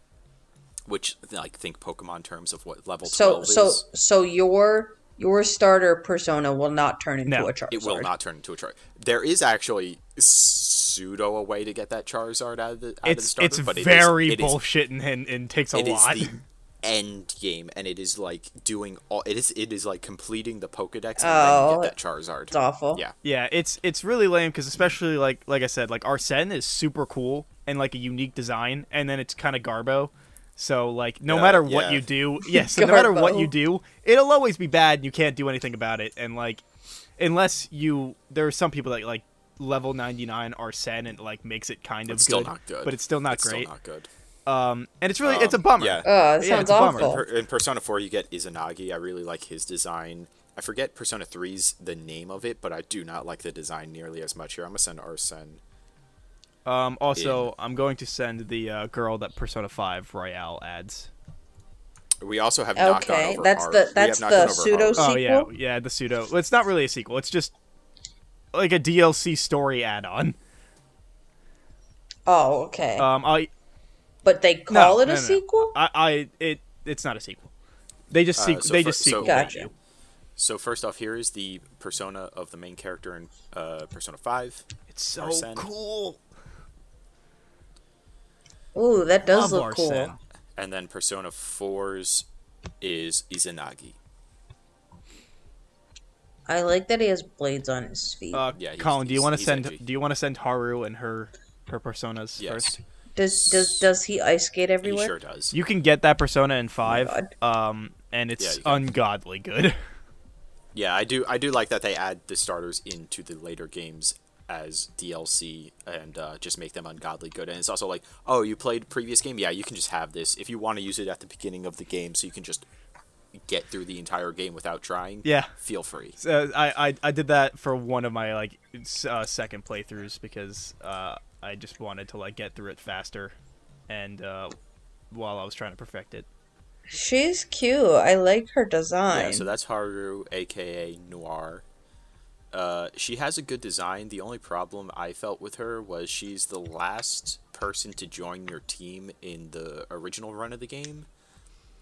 Speaker 3: which like think pokemon terms of what level
Speaker 2: So
Speaker 3: 12
Speaker 2: so
Speaker 3: is
Speaker 2: so your your starter persona will not turn into
Speaker 1: No,
Speaker 2: a Charizard.
Speaker 3: it will not turn into a Charizard. There is actually pseudo a way to get that Charizard out of the out of the
Speaker 1: it's
Speaker 3: starter,
Speaker 1: it's
Speaker 3: but it is-
Speaker 1: very
Speaker 3: it is
Speaker 1: bullshit and, and and takes a
Speaker 3: It is
Speaker 1: lot.
Speaker 3: the end game, and it is like doing all. It is it is like completing the Pokedex and
Speaker 2: Oh,
Speaker 3: then you get that Charizard.
Speaker 2: It's awful.
Speaker 3: Yeah,
Speaker 1: Yeah, it's it's really lame because especially like like I said, like Arsene is super cool and like a unique design, and then it's kind of Garbo. So like no
Speaker 3: Yeah,
Speaker 1: matter what
Speaker 3: yeah.
Speaker 1: you do,
Speaker 3: *laughs*
Speaker 1: yes, no matter what you
Speaker 2: Garbo.
Speaker 1: do, it'll always be bad. and You can't do anything about it, and like unless you, there are some people that like level ninety nine Arsene and like makes it kind of
Speaker 3: it's still not good,
Speaker 1: but it's still not
Speaker 3: It's
Speaker 1: great.
Speaker 3: not good.
Speaker 1: Um, and it's really it's a
Speaker 3: Um,
Speaker 1: bummer.
Speaker 3: yeah.
Speaker 2: Oh, that
Speaker 1: Yeah,
Speaker 2: sounds
Speaker 1: it's a bummer.
Speaker 2: awful.
Speaker 3: Per- in Persona 4, you get Izanagi. I really like his design. I forget Persona 3's the name of it, but I do not like the design nearly as much here. I'm gonna send Arsene.
Speaker 1: Um, also, I'm going to send the uh, girl that Persona Five Royale ads.
Speaker 3: We also have not gone
Speaker 2: Okay,
Speaker 3: over
Speaker 2: that's
Speaker 3: Harv.
Speaker 2: the-
Speaker 3: We have
Speaker 2: that's
Speaker 3: not
Speaker 2: the
Speaker 3: gone over
Speaker 2: pseudo-
Speaker 3: Harv.
Speaker 1: Oh yeah,
Speaker 2: sequel?
Speaker 1: yeah, the pseudo. well, It's not really a sequel. It's just like a DLC story add-on.
Speaker 2: Oh, okay.
Speaker 1: Um, I
Speaker 2: but they
Speaker 1: no,
Speaker 2: call it a
Speaker 1: no, no, no.
Speaker 2: sequel?
Speaker 1: I, I, it, it's not a sequel. They just sequ-
Speaker 3: Uh, so
Speaker 1: they
Speaker 3: for-
Speaker 1: just
Speaker 3: so-
Speaker 1: sequel.
Speaker 2: Gotcha.
Speaker 1: you.
Speaker 3: So first off, here is the persona of the main character in uh, Persona 5.
Speaker 1: It's so
Speaker 3: Arsene.
Speaker 1: cool.
Speaker 2: Ooh, that does
Speaker 1: Love
Speaker 2: look cool.
Speaker 1: Arsene.
Speaker 3: and then Persona 4's is Izanagi.
Speaker 2: I like that he has blades on his feet.
Speaker 1: Uh,
Speaker 3: Yeah, he's-
Speaker 1: Colin, do you
Speaker 3: he's-
Speaker 1: want to
Speaker 3: he's
Speaker 1: send?
Speaker 3: edgy.
Speaker 1: Do you want to send Haru and her her personas
Speaker 3: Yes,
Speaker 1: first?
Speaker 2: does does does he ice skate
Speaker 3: he
Speaker 2: everywhere?
Speaker 3: sure does.
Speaker 1: You can get that persona in five.
Speaker 2: Oh
Speaker 1: um, and
Speaker 3: Yeah,
Speaker 1: it's
Speaker 3: you can.
Speaker 1: ungodly good. *laughs*
Speaker 3: Yeah, I do. I do like that they add the starters into the later games as DLC and uh, just make them ungodly good. And it's also like, oh, you played previous game. Yeah, you can just have this if you want to use it at the beginning of the game, so you can just get through the entire game without trying.
Speaker 1: Yeah.
Speaker 3: feel free.
Speaker 1: So I, I I did that for one of my like s- uh, second playthroughs because uh, I just wanted to like get through it faster, and uh, while I was trying to perfect it.
Speaker 2: She's cute. I like her design.
Speaker 3: Yeah, so that's Haru, aka Noir. Uh, she has a good design. The only problem I felt with her was she's the last person to join your team in the original run of the game.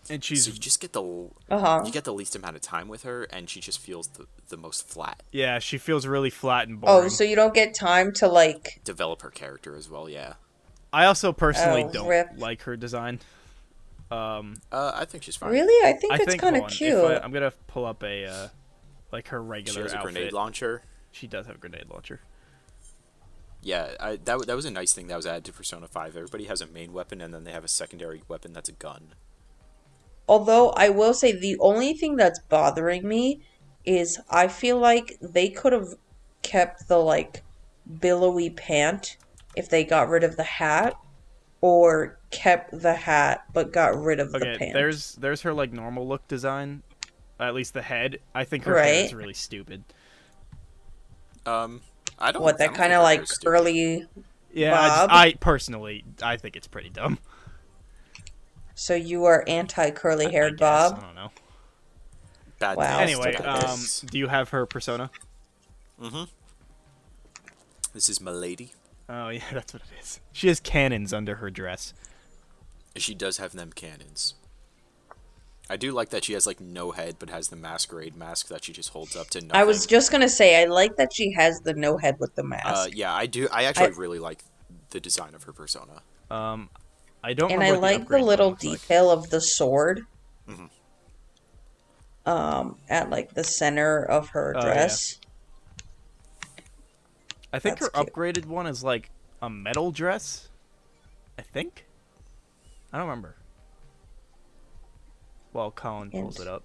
Speaker 1: And
Speaker 3: So you
Speaker 1: she's
Speaker 3: just get the
Speaker 2: Uh-huh.
Speaker 3: you get the least amount of time with her, and she just feels the, the most flat.
Speaker 1: yeah, she feels really flat and boring.
Speaker 2: oh, so you don't get time to like
Speaker 3: Develop her character as well. Yeah,
Speaker 1: I also personally
Speaker 2: Oh,
Speaker 1: don't
Speaker 2: rip.
Speaker 1: like her design. Um,
Speaker 3: uh, I think she's fine.
Speaker 2: really? I think
Speaker 1: I
Speaker 2: it's
Speaker 1: think
Speaker 2: kind
Speaker 1: hold
Speaker 2: of
Speaker 1: on, if
Speaker 2: cute.
Speaker 1: I, am gonna pull up a uh, like her
Speaker 3: She
Speaker 1: regular
Speaker 3: has a
Speaker 1: outfit.
Speaker 3: grenade launcher.
Speaker 1: She does have a grenade launcher.
Speaker 3: Yeah, I, that w- that was a nice thing that was added to Persona Five. Everybody has a main weapon, and then they have a secondary weapon that's a gun.
Speaker 2: Although I will say the only thing that's bothering me is I feel like they could have kept the like billowy pant if they got rid of the hat or kept the hat but got rid of the
Speaker 1: Okay,
Speaker 2: pant.
Speaker 1: there's there's her like normal look design, at least the head. I think her hair is
Speaker 2: Right.
Speaker 1: really stupid.
Speaker 3: Um, I don't.
Speaker 2: what
Speaker 3: I
Speaker 2: that
Speaker 3: don't
Speaker 2: kind of
Speaker 3: think her
Speaker 2: like
Speaker 3: hair's stupid.
Speaker 2: curly
Speaker 1: Yeah, I, just-
Speaker 2: Bob?
Speaker 1: I personally I think it's pretty dumb.
Speaker 2: so you are anti curly
Speaker 1: I
Speaker 2: haired
Speaker 1: guess, I
Speaker 2: Bob.
Speaker 1: don't know.
Speaker 3: Bad
Speaker 2: Wow.
Speaker 3: taste.
Speaker 1: Anyway,
Speaker 2: look at
Speaker 1: um,
Speaker 3: this.
Speaker 1: do you have her persona?
Speaker 3: This is Milady.
Speaker 1: Oh yeah, *laughs* that's what it is. She has cannons under her dress.
Speaker 3: She does have them cannons. I do like that she has like no head, but has the masquerade mask that she just holds up to nothing.
Speaker 2: I was just gonna say I like that she has the no head with the
Speaker 3: Uh,
Speaker 2: mask.
Speaker 3: yeah, I do. I actually
Speaker 2: I-
Speaker 3: really like the design of her persona.
Speaker 1: Um, I don't.
Speaker 2: and I
Speaker 1: remember what
Speaker 2: like the
Speaker 1: upgrade
Speaker 2: little
Speaker 1: looks like.
Speaker 2: detail of the sword. Um, at like the center of her
Speaker 1: mm-hmm. Oh, yeah.
Speaker 2: dress.
Speaker 1: I think her
Speaker 2: That's cute.
Speaker 1: upgraded one is like a metal dress. I think. I don't remember. Well, Colin pulls
Speaker 2: And-
Speaker 1: it up.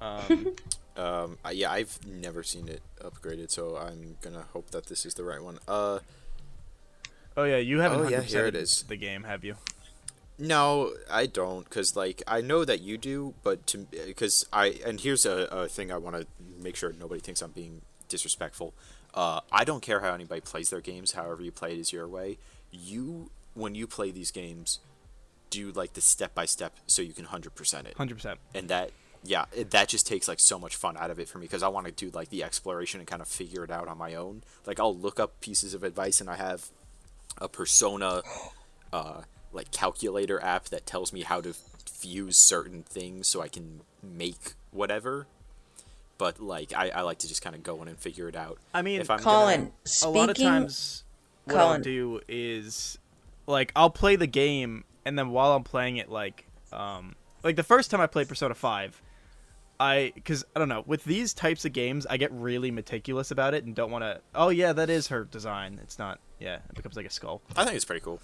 Speaker 1: Um,
Speaker 3: Um, I, yeah, I've never seen it upgraded, so I'm gonna hope that this is the right one. Uh,
Speaker 1: oh yeah, you haven't.
Speaker 3: Oh, yeah,
Speaker 1: 100%ed
Speaker 3: here it is.
Speaker 1: The game, have you?
Speaker 3: no, I don't, cause like I know that you do, but to because I and here's a, a thing I want to make sure nobody thinks I'm being disrespectful. Uh, I don't care how anybody plays their games. However you play it is your way. You when you play these games, do like the step by step so you can 100% it.
Speaker 1: hundred percent.
Speaker 3: And that yeah, it, that just takes like so much fun out of it for me because I want to do like the exploration and kind of figure it out on my own. Like I'll look up pieces of advice and I have a persona uh like calculator app that tells me how to fuse certain things so I can make whatever. But like I, I like to just kind of go in and figure it out.
Speaker 1: I mean,
Speaker 3: I'm
Speaker 2: Colin,
Speaker 3: gonna-
Speaker 1: a
Speaker 2: speaking
Speaker 1: lot of times what I'll
Speaker 2: Colin.
Speaker 1: do is like I'll play the game and then while I'm playing it like um like the first time I played Persona 5 I cuz I don't know with these types of games I get really meticulous about it and don't want to oh yeah that is her design it's not yeah it becomes like a skull
Speaker 3: I think it's pretty cool.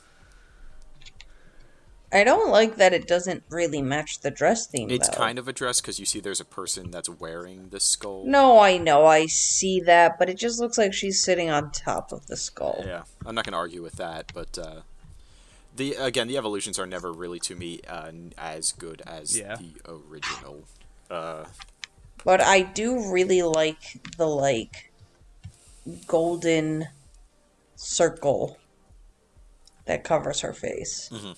Speaker 2: I don't like that it doesn't really match the dress theme.
Speaker 3: It's
Speaker 2: though.
Speaker 3: kind of a dress because you see there's a person that's wearing the skull.
Speaker 2: No, I know, I see that, but it just looks like she's sitting on top of the skull.
Speaker 3: Yeah, I'm not gonna argue with that, but uh, the again the evolutions are never really to me uh, n- as good as
Speaker 1: Yeah.
Speaker 3: the original. Uh,
Speaker 2: But I do really like the like golden circle that covers her face.
Speaker 1: Mm-hmm.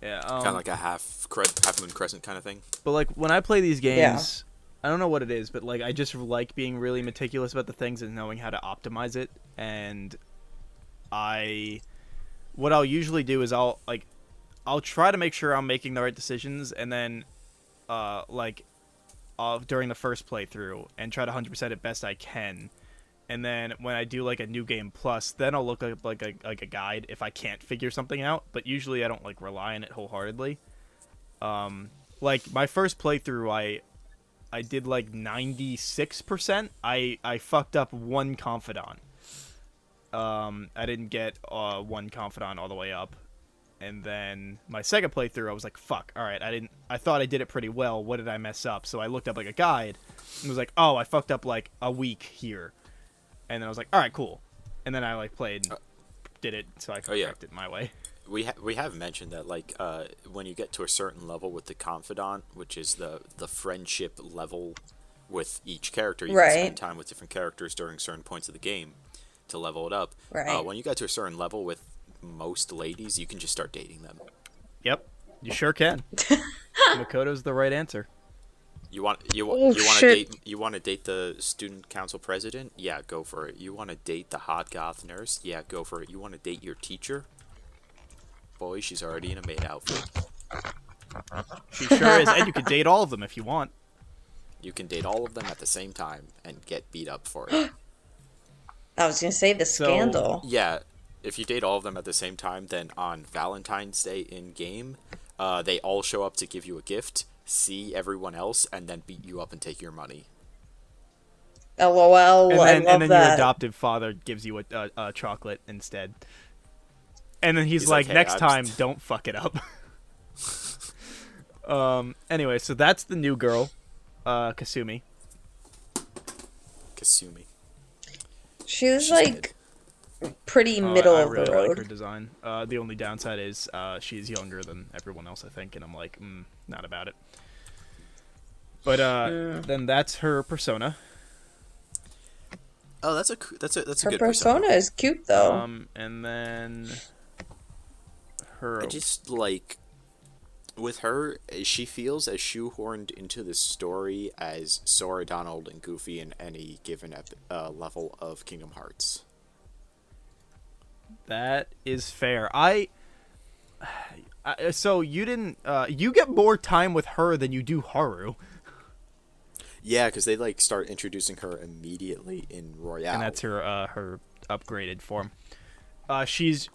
Speaker 1: yeah
Speaker 3: kind
Speaker 1: um,
Speaker 3: of like a half cre- half moon crescent kind of thing.
Speaker 1: but like when I play these games I don't know what it is but like I just like being really meticulous about the things and knowing how to optimize it and I what I'll usually do is I'll like I'll try to make sure I'm making the right decisions and then uh like uh, during the first playthrough and try to 100% it best I can. And then when I do like a new game plus, then I'll look up like a like a guide if I can't figure something out, but usually I don't like rely on it wholeheartedly. Um like my first playthrough I I did like 96%. I I fucked up one confidant um, I didn't get uh, one confidant all the way up, and then my second playthrough, I was like, "Fuck! All right, I didn't. I thought I did it pretty well. What did I mess up?" So I looked up like a guide, and was like, "Oh, I fucked up like a week here," and then I was like, "All right, cool," and then I like played, and did it, so I
Speaker 3: oh, yeah.
Speaker 1: corrected it my way.
Speaker 3: We ha- we have mentioned that like uh, when you get to a certain level with the confidant, which is the the friendship level with each character, you can
Speaker 2: Right.
Speaker 3: spend time with different characters during certain points of the game to level it up.
Speaker 2: Right.
Speaker 3: Uh, when you get to a certain level with most ladies, you can just start dating them.
Speaker 1: Yep, you sure can. Makoto's the right answer.
Speaker 3: You want you, wa-
Speaker 2: Oh,
Speaker 3: you want to
Speaker 2: shit.
Speaker 3: date you want to date the student council president? Yeah, go for it. You want to date the hot goth nurse? Yeah, go for it. You want to date your teacher? Boy, she's already in a maid outfit.
Speaker 1: She sure is, and you could date all of them if you
Speaker 2: *laughs*
Speaker 1: want.
Speaker 3: You can date all of them at the same time and get beat up for it.
Speaker 2: *gasps* I was gonna say the
Speaker 1: So-
Speaker 2: scandal.
Speaker 3: yeah, if you date all of them at the same time, then on Valentine's Day in game, uh, they all show up to give you a gift, see everyone else, and then beat you up and take your money.
Speaker 2: LOL.
Speaker 1: and
Speaker 2: I
Speaker 1: then, and
Speaker 2: love
Speaker 1: then your
Speaker 2: that.
Speaker 1: adoptive father gives you a, a, a chocolate instead. And then he's,
Speaker 3: He's
Speaker 1: like,
Speaker 3: like, "Hey,
Speaker 1: next
Speaker 3: I'm
Speaker 1: time,
Speaker 3: just-"
Speaker 1: don't fuck it up. *laughs* um. Anyway, so that's the new girl, uh, Kasumi.
Speaker 3: Kasumi.
Speaker 2: She's
Speaker 3: She's
Speaker 2: like pretty
Speaker 1: Uh,
Speaker 2: middle
Speaker 1: I
Speaker 2: of
Speaker 1: really
Speaker 2: the
Speaker 1: like her
Speaker 2: road.
Speaker 1: design. Uh, the only downside is uh, she's younger than everyone else, I think, and I'm like, mm, not about it. But uh, then that's her persona.
Speaker 3: Oh, that's a coo- that's a that's a
Speaker 2: Her
Speaker 3: good
Speaker 2: persona is cute though.
Speaker 1: Um, and then her
Speaker 3: I just like with her, eh, she feels as shoehorned into the story as Sora, Donald, and Goofy in any given ep- uh, level of Kingdom Hearts.
Speaker 1: That is fair. I, *sighs* I so you didn't uh you get more time with her than you do Haru.
Speaker 3: Yeah, because they like start introducing her immediately in Royale.
Speaker 1: And that's her uh her upgraded form. Uh she's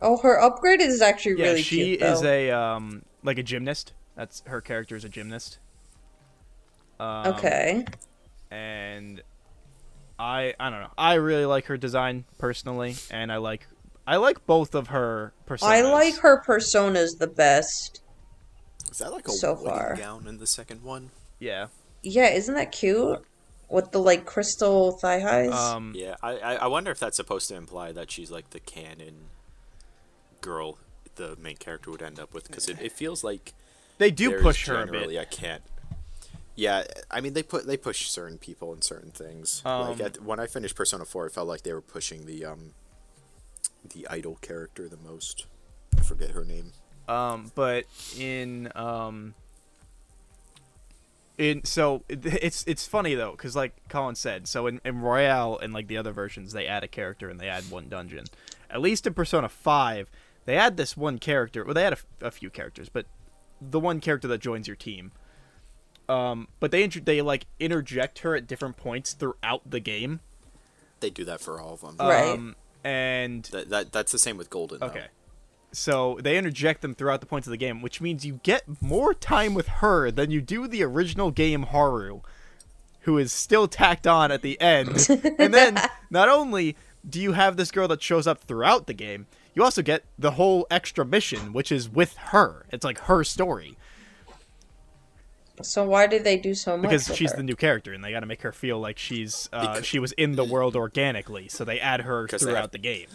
Speaker 2: oh, her upgrade is actually
Speaker 1: yeah,
Speaker 2: really
Speaker 1: she
Speaker 2: cute.
Speaker 1: is
Speaker 2: though.
Speaker 1: a um like a gymnast. That's her character is a gymnast. Um,
Speaker 2: okay.
Speaker 1: and I I don't know. I really like her design personally and I like I like both of her personas.
Speaker 2: I like her personas the best.
Speaker 3: Is that like a
Speaker 2: so
Speaker 3: wedding
Speaker 2: far.
Speaker 3: gown in the second one?
Speaker 1: Yeah.
Speaker 2: Yeah, isn't that cute? With the like crystal thigh highs.
Speaker 1: Um
Speaker 3: Yeah, I I I wonder if that's supposed to imply that she's like the canon girl the main character would end up with because it, it feels like
Speaker 1: they do
Speaker 3: there's
Speaker 1: push her a bit.
Speaker 3: generally- I can't. Yeah, I mean they put they push certain people in certain things. like
Speaker 1: Um,
Speaker 3: at, when I finished Persona Four, it felt like they were pushing the um the idol character the most. I forget her name.
Speaker 1: Um, but in um, in so it- it's it's funny though because like Colin said, so in in Royale and like the other versions, they add a character and they add one dungeon. At least in Persona Five, they add this one character. Well, they had a, f- a few characters, but the one character that joins your team. Um, but they intro they like interject her at different points throughout the game.
Speaker 3: They do that for all of them.
Speaker 2: Right.
Speaker 1: Um, and
Speaker 3: That, that that's the same with Golden. though.
Speaker 1: Okay. So they interject them throughout the points of the game, which means you get more time with her than you do the original game Haru, who is still tacked on at the
Speaker 2: *laughs*
Speaker 1: end. and then not only do you have this girl that shows up throughout the game, you also get the whole extra mission, which is with her. It's like her story
Speaker 2: So why did they do so much?
Speaker 1: because
Speaker 2: with
Speaker 1: she's
Speaker 2: her?
Speaker 1: the new character, and they got to make her feel like she's uh,
Speaker 3: Because-
Speaker 1: she was in the world organically. So they add her
Speaker 3: 'Cause they have-
Speaker 1: throughout the game.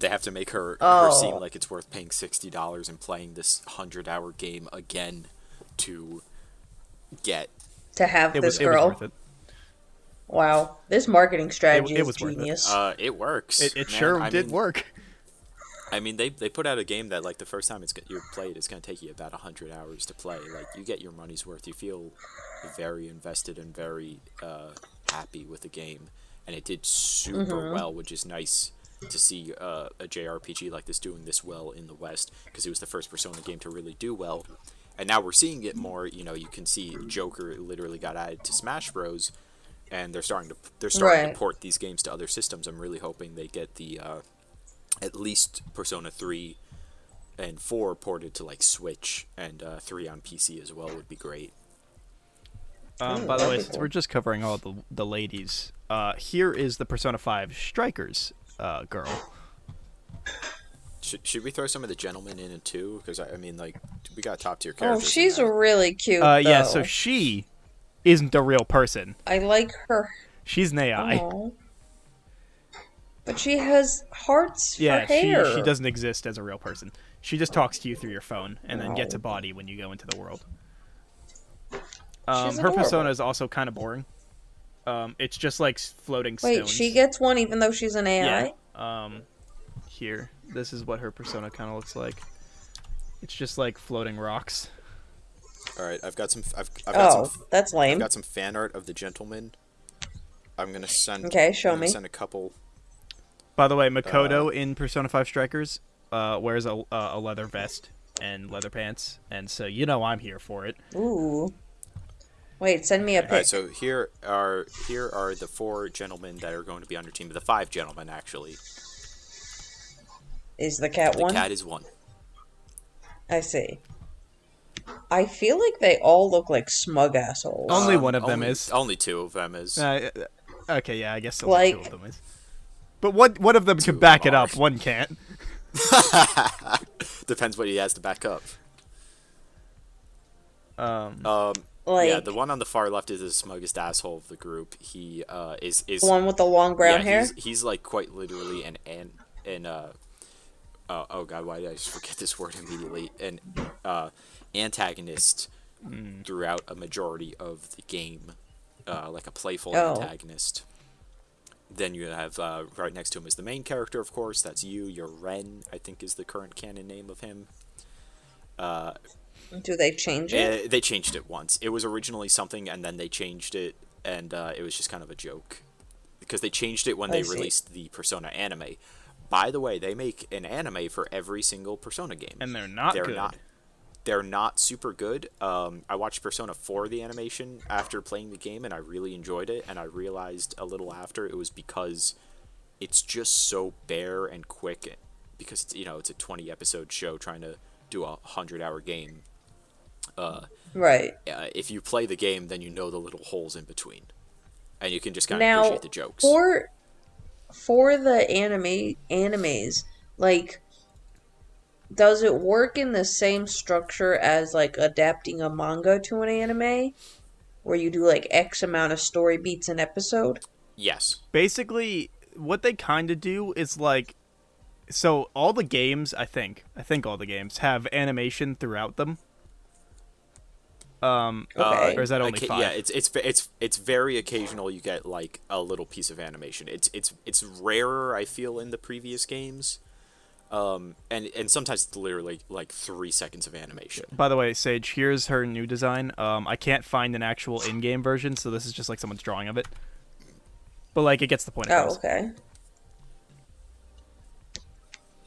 Speaker 3: They have to make her her
Speaker 2: Oh.
Speaker 3: seem like it's worth paying sixty dollars and playing this hundred hour game again to get
Speaker 2: to have
Speaker 1: It was
Speaker 2: this girl.
Speaker 1: it was worth it.
Speaker 2: Wow, this marketing strategy
Speaker 1: it
Speaker 2: is
Speaker 1: was worth it.
Speaker 2: genius. Oh,
Speaker 3: Uh, it works.
Speaker 1: It, it
Speaker 3: man.
Speaker 1: sure
Speaker 3: I
Speaker 1: did
Speaker 3: mean-
Speaker 1: work.
Speaker 3: I mean, they they put out a game that like the first time it's got- you play it, it's gonna take you about hundred hours to play. Like you get your money's worth. You feel very invested and very uh, happy with the game, and it did super well, which is nice to see uh, a JRPG like this doing this well in the West because it was the first Persona game to really do well, and now we're seeing it more. You know, you can see Joker literally got added to Smash Bros. And they're starting to they're starting
Speaker 2: Right.
Speaker 3: to port these games to other systems. I'm really hoping they get the uh, at least Persona 3 and 4 ported to like Switch and uh, 3 on PC as well would be great.
Speaker 1: Um,
Speaker 2: Oh,
Speaker 1: by the way,
Speaker 2: wonderful.
Speaker 1: since we're just covering all the the ladies, uh, here is the Persona Five Strikers uh, girl.
Speaker 3: Should, should we throw some of the gentlemen in it too? Because I, I mean, like, we got top tier
Speaker 2: oh,
Speaker 3: characters. in
Speaker 2: she's
Speaker 3: that.
Speaker 2: really cute.
Speaker 1: Uh, yeah, so
Speaker 2: though.
Speaker 1: she isn't a real person.
Speaker 2: I like her.
Speaker 1: She's an AI.
Speaker 2: Aw. But she has
Speaker 1: *laughs*
Speaker 2: hearts
Speaker 1: yeah,
Speaker 2: for hair.
Speaker 1: she she doesn't exist as a real person. She just talks to you through your phone and then
Speaker 2: Oh.
Speaker 1: gets a body when you go into the world. Um, her
Speaker 2: adorable.
Speaker 1: persona is also kind of boring. Um, it's just like s- floating
Speaker 2: Wait,
Speaker 1: stones.
Speaker 2: she gets one even though she's an AI.
Speaker 1: Yeah. Um, here, this is what her persona kind of looks like. It's just like floating rocks.
Speaker 3: All right, I've got some. I've, I've got
Speaker 2: Oh,
Speaker 3: some.
Speaker 2: that's
Speaker 3: I've
Speaker 2: lame.
Speaker 3: got some fan art of the gentlemen. I'm gonna send.
Speaker 2: Okay, show
Speaker 3: I'm gonna
Speaker 2: me.
Speaker 3: Send a couple.
Speaker 1: By the way,
Speaker 3: Uh,
Speaker 1: Makoto in Persona 5 Strikers uh, wears a, uh, a leather vest and leather pants, and so you know I'm here for it.
Speaker 2: Ooh. Wait, send me a
Speaker 3: All right,
Speaker 2: pic.
Speaker 3: so here are here are the four gentlemen that are going to be on your team. The five gentlemen actually.
Speaker 2: Is the cat
Speaker 3: The
Speaker 2: one?
Speaker 3: cat is one.
Speaker 2: I see. I feel like they all look like smug assholes.
Speaker 1: Oh, Only
Speaker 3: Um,
Speaker 1: one of them
Speaker 3: only-
Speaker 1: is.
Speaker 3: Only two of them is.
Speaker 1: Uh, okay, yeah, I guess only two
Speaker 2: Like-
Speaker 1: of them is. But one one of them
Speaker 3: Two
Speaker 1: can
Speaker 3: of
Speaker 1: back
Speaker 3: them
Speaker 1: it up,
Speaker 3: are.
Speaker 1: one can't.
Speaker 3: Depends what he has to back up.
Speaker 1: Um,
Speaker 3: Um,
Speaker 2: like
Speaker 3: yeah, the one on the far left is the smuggest asshole of the group. He uh, is is
Speaker 2: the one with the long
Speaker 3: yeah,
Speaker 2: brown hair.
Speaker 3: He's, he's like quite literally an an an uh, uh oh god, why did I just forget this word immediately? An uh, antagonist throughout a majority of the game, uh, like a playful
Speaker 2: Oh.
Speaker 3: antagonist. Then you have uh, right next to him is the main character, of course. That's you. Your Ren, I think, is the current canon name of him.
Speaker 2: Do they change it?
Speaker 3: Uh, they changed it once. It was originally something, and then they changed it, and uh, it was just kind of a joke because they changed it when
Speaker 2: I
Speaker 3: they
Speaker 2: see.
Speaker 3: released the Persona anime. By the way, they make an anime for every single Persona game,
Speaker 1: and they're not
Speaker 3: they're
Speaker 1: good.
Speaker 3: not they're not super good. Um, I watched Persona 4 the animation after playing the game, and I really enjoyed it. And I realized a little after it was because it's just so bare and quick. Because it's, you know it's a 20 episode show trying to do a 100 hour game
Speaker 2: Right.
Speaker 3: uh, if you play the game, then you know the little holes in between, and you can just kind of
Speaker 2: Now
Speaker 3: appreciate the jokes.
Speaker 2: for for the anime animes, like does it work in the same structure as like adapting a manga to an anime? Where you do like X amount of story beats an episode?
Speaker 3: Yes,
Speaker 1: basically what they kind of do is like so all the games i think i think all the games have animation throughout them um
Speaker 2: Okay.
Speaker 1: or is that only
Speaker 3: Oca-
Speaker 1: five
Speaker 3: Yeah, it's it's it's it's very occasional. You get like a little piece of animation. It's it's it's rarer. I feel in the previous games, Um, and and sometimes it's literally like three seconds of animation.
Speaker 1: By the way, Sage, here's her new design. Um, I can't find an actual in-game version, so this is just like someone's drawing of it. But like, it gets the point
Speaker 2: Oh,
Speaker 1: across.
Speaker 2: okay.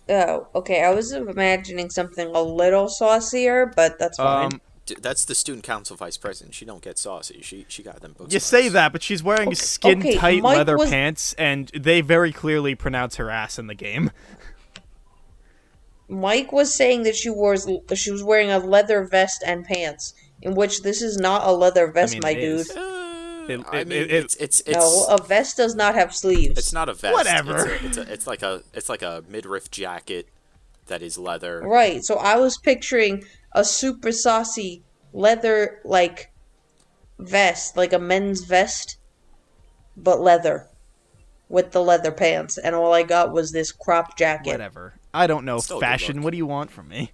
Speaker 2: Oh, okay. I was imagining something a little saucier, but that's fine.
Speaker 1: Um,
Speaker 3: D- That's the student council vice president. She don't get saucy. She she got them books.
Speaker 1: you say that, but she's wearing skin-tight
Speaker 2: Mike
Speaker 1: leather
Speaker 2: was-
Speaker 1: pants, and they very clearly pronounce her ass in the game.
Speaker 2: Mike was saying that she was she was wearing a leather vest and pants, in which this is not a leather vest,
Speaker 1: mean,
Speaker 2: my
Speaker 1: it is.
Speaker 2: dude.
Speaker 1: It-
Speaker 3: Uh, I
Speaker 1: it-
Speaker 3: mean,
Speaker 1: it-
Speaker 3: it's it's it's
Speaker 2: No, a vest does not have sleeves.
Speaker 3: it's not a vest.
Speaker 1: Whatever.
Speaker 3: It's, a, it's, a, it's like a it's like a midriff jacket that is leather.
Speaker 2: Right. So I was picturing a super saucy leather like vest, like a men's vest, but leather with the leather pants, and all I got was this crop jacket.
Speaker 1: Whatever. I don't know
Speaker 3: Still a good
Speaker 1: fashion.
Speaker 3: look.
Speaker 1: What do you want from me?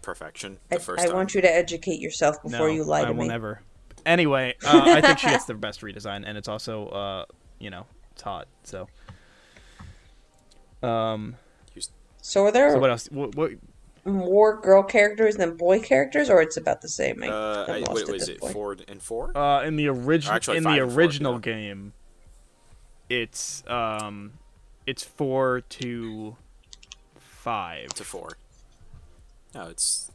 Speaker 3: Perfection.
Speaker 2: I,
Speaker 3: The first
Speaker 2: I
Speaker 3: time.
Speaker 2: want you to educate yourself before
Speaker 1: no,
Speaker 2: you lie
Speaker 1: I
Speaker 2: to
Speaker 1: will
Speaker 2: me.
Speaker 1: never. Anyway, uh, I think she gets
Speaker 2: *laughs*
Speaker 1: the best redesign, and it's also, uh, you know, it's hot. So, um,
Speaker 3: Here's-
Speaker 2: So are there
Speaker 1: so what else? What, what,
Speaker 2: more girl characters than boy characters, or it's about the same? I,
Speaker 3: Uh,
Speaker 2: I'm
Speaker 3: I,
Speaker 2: lost
Speaker 3: what
Speaker 2: at
Speaker 3: was
Speaker 2: this
Speaker 3: it?
Speaker 2: point.
Speaker 3: Four and four.
Speaker 1: uh, in the original
Speaker 3: Actually,
Speaker 1: in
Speaker 3: five
Speaker 1: the
Speaker 3: and four,
Speaker 1: original
Speaker 3: yeah.
Speaker 1: game, it's um, it's four to five.
Speaker 3: to four. No, it's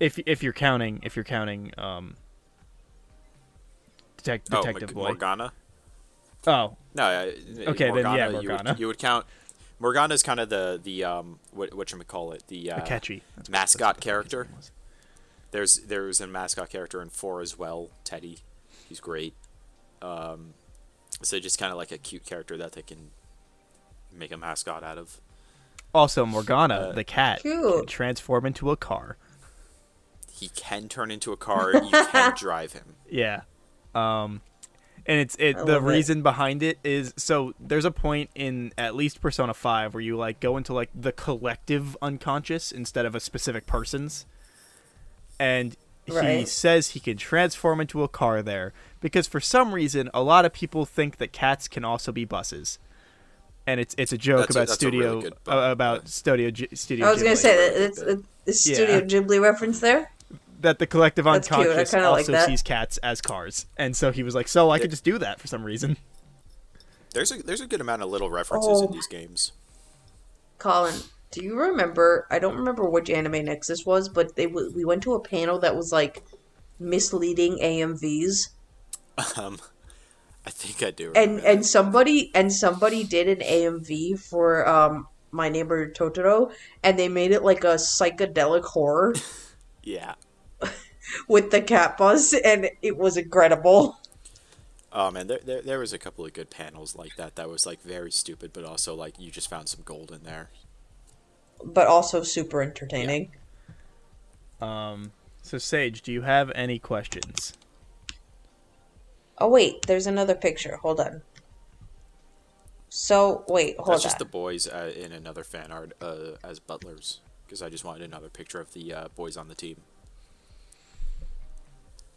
Speaker 1: If if you're counting, if you're counting, um, detec-
Speaker 3: oh,
Speaker 1: detective
Speaker 3: Morg-
Speaker 1: boy.
Speaker 3: Morgana.
Speaker 1: Oh,
Speaker 3: No, uh,
Speaker 1: Okay, then, yeah,
Speaker 3: You
Speaker 1: Morgana.
Speaker 3: would, you would count. Morgana's kind of the the um what what you call it the uh,
Speaker 1: catchy. That's what- that's
Speaker 3: mascot
Speaker 1: what the catchy
Speaker 3: character.
Speaker 1: name was.
Speaker 3: There's there was a mascot character in four as well, Teddy. He's great. Um, so just kind of like a cute character that they can make a mascot out of.
Speaker 1: Also, Morgana,
Speaker 3: Uh,
Speaker 1: the cat, can
Speaker 2: Cute.
Speaker 1: transform into a car.
Speaker 3: He can turn into a car.
Speaker 2: *laughs*
Speaker 3: You can drive him.
Speaker 1: Yeah. Um, and it's it.
Speaker 2: I
Speaker 1: the
Speaker 2: love it.
Speaker 1: reason behind it is so there's a point in at least Persona Five where you like go into like the collective unconscious instead of a specific person's, and he
Speaker 2: Right.
Speaker 1: says he can transform into a car there because for some reason a lot of people think that cats can also be buses. And it's it's a joke
Speaker 3: That's a-
Speaker 1: about
Speaker 3: that's a really
Speaker 1: studio
Speaker 3: good bu-
Speaker 1: uh, about studio G- studio.
Speaker 2: I was gonna
Speaker 1: Ghibli.
Speaker 2: say
Speaker 3: Ghibli.
Speaker 2: that it's a, a
Speaker 1: Yeah.
Speaker 2: Studio Ghibli reference there.
Speaker 1: that the collective
Speaker 2: That's cute. I
Speaker 1: unconscious
Speaker 2: kinda like
Speaker 1: also
Speaker 2: that.
Speaker 1: sees cats as cars, and so he was like, "So I could
Speaker 3: Yeah.
Speaker 1: just do that for some reason."
Speaker 3: There's a there's a good amount of little references in
Speaker 2: Oh.
Speaker 3: these games. *laughs*
Speaker 2: Colin, do you remember? I don't remember which Anime Nexus was, but they w- we went to a panel that was like misleading AMVs,
Speaker 3: Um, I think I do.
Speaker 2: and
Speaker 3: remember that.
Speaker 2: and somebody and somebody did an AMV for um my neighbor Totoro, and they made it like a psychedelic horror *laughs*
Speaker 3: yeah.
Speaker 2: with the cat bus, and it was incredible.
Speaker 3: Oh man, there, there there was a couple of good panels like that that was like very stupid, but also like you just found some gold in there.
Speaker 2: But also super entertaining.
Speaker 1: Um, so Sage, do you have any questions?
Speaker 2: Oh wait, there's another picture. Hold on. So wait, hold
Speaker 3: That's
Speaker 2: on.
Speaker 3: just the boys uh, in another fan art uh, as butlers, because I just wanted another picture of the uh, boys on the team.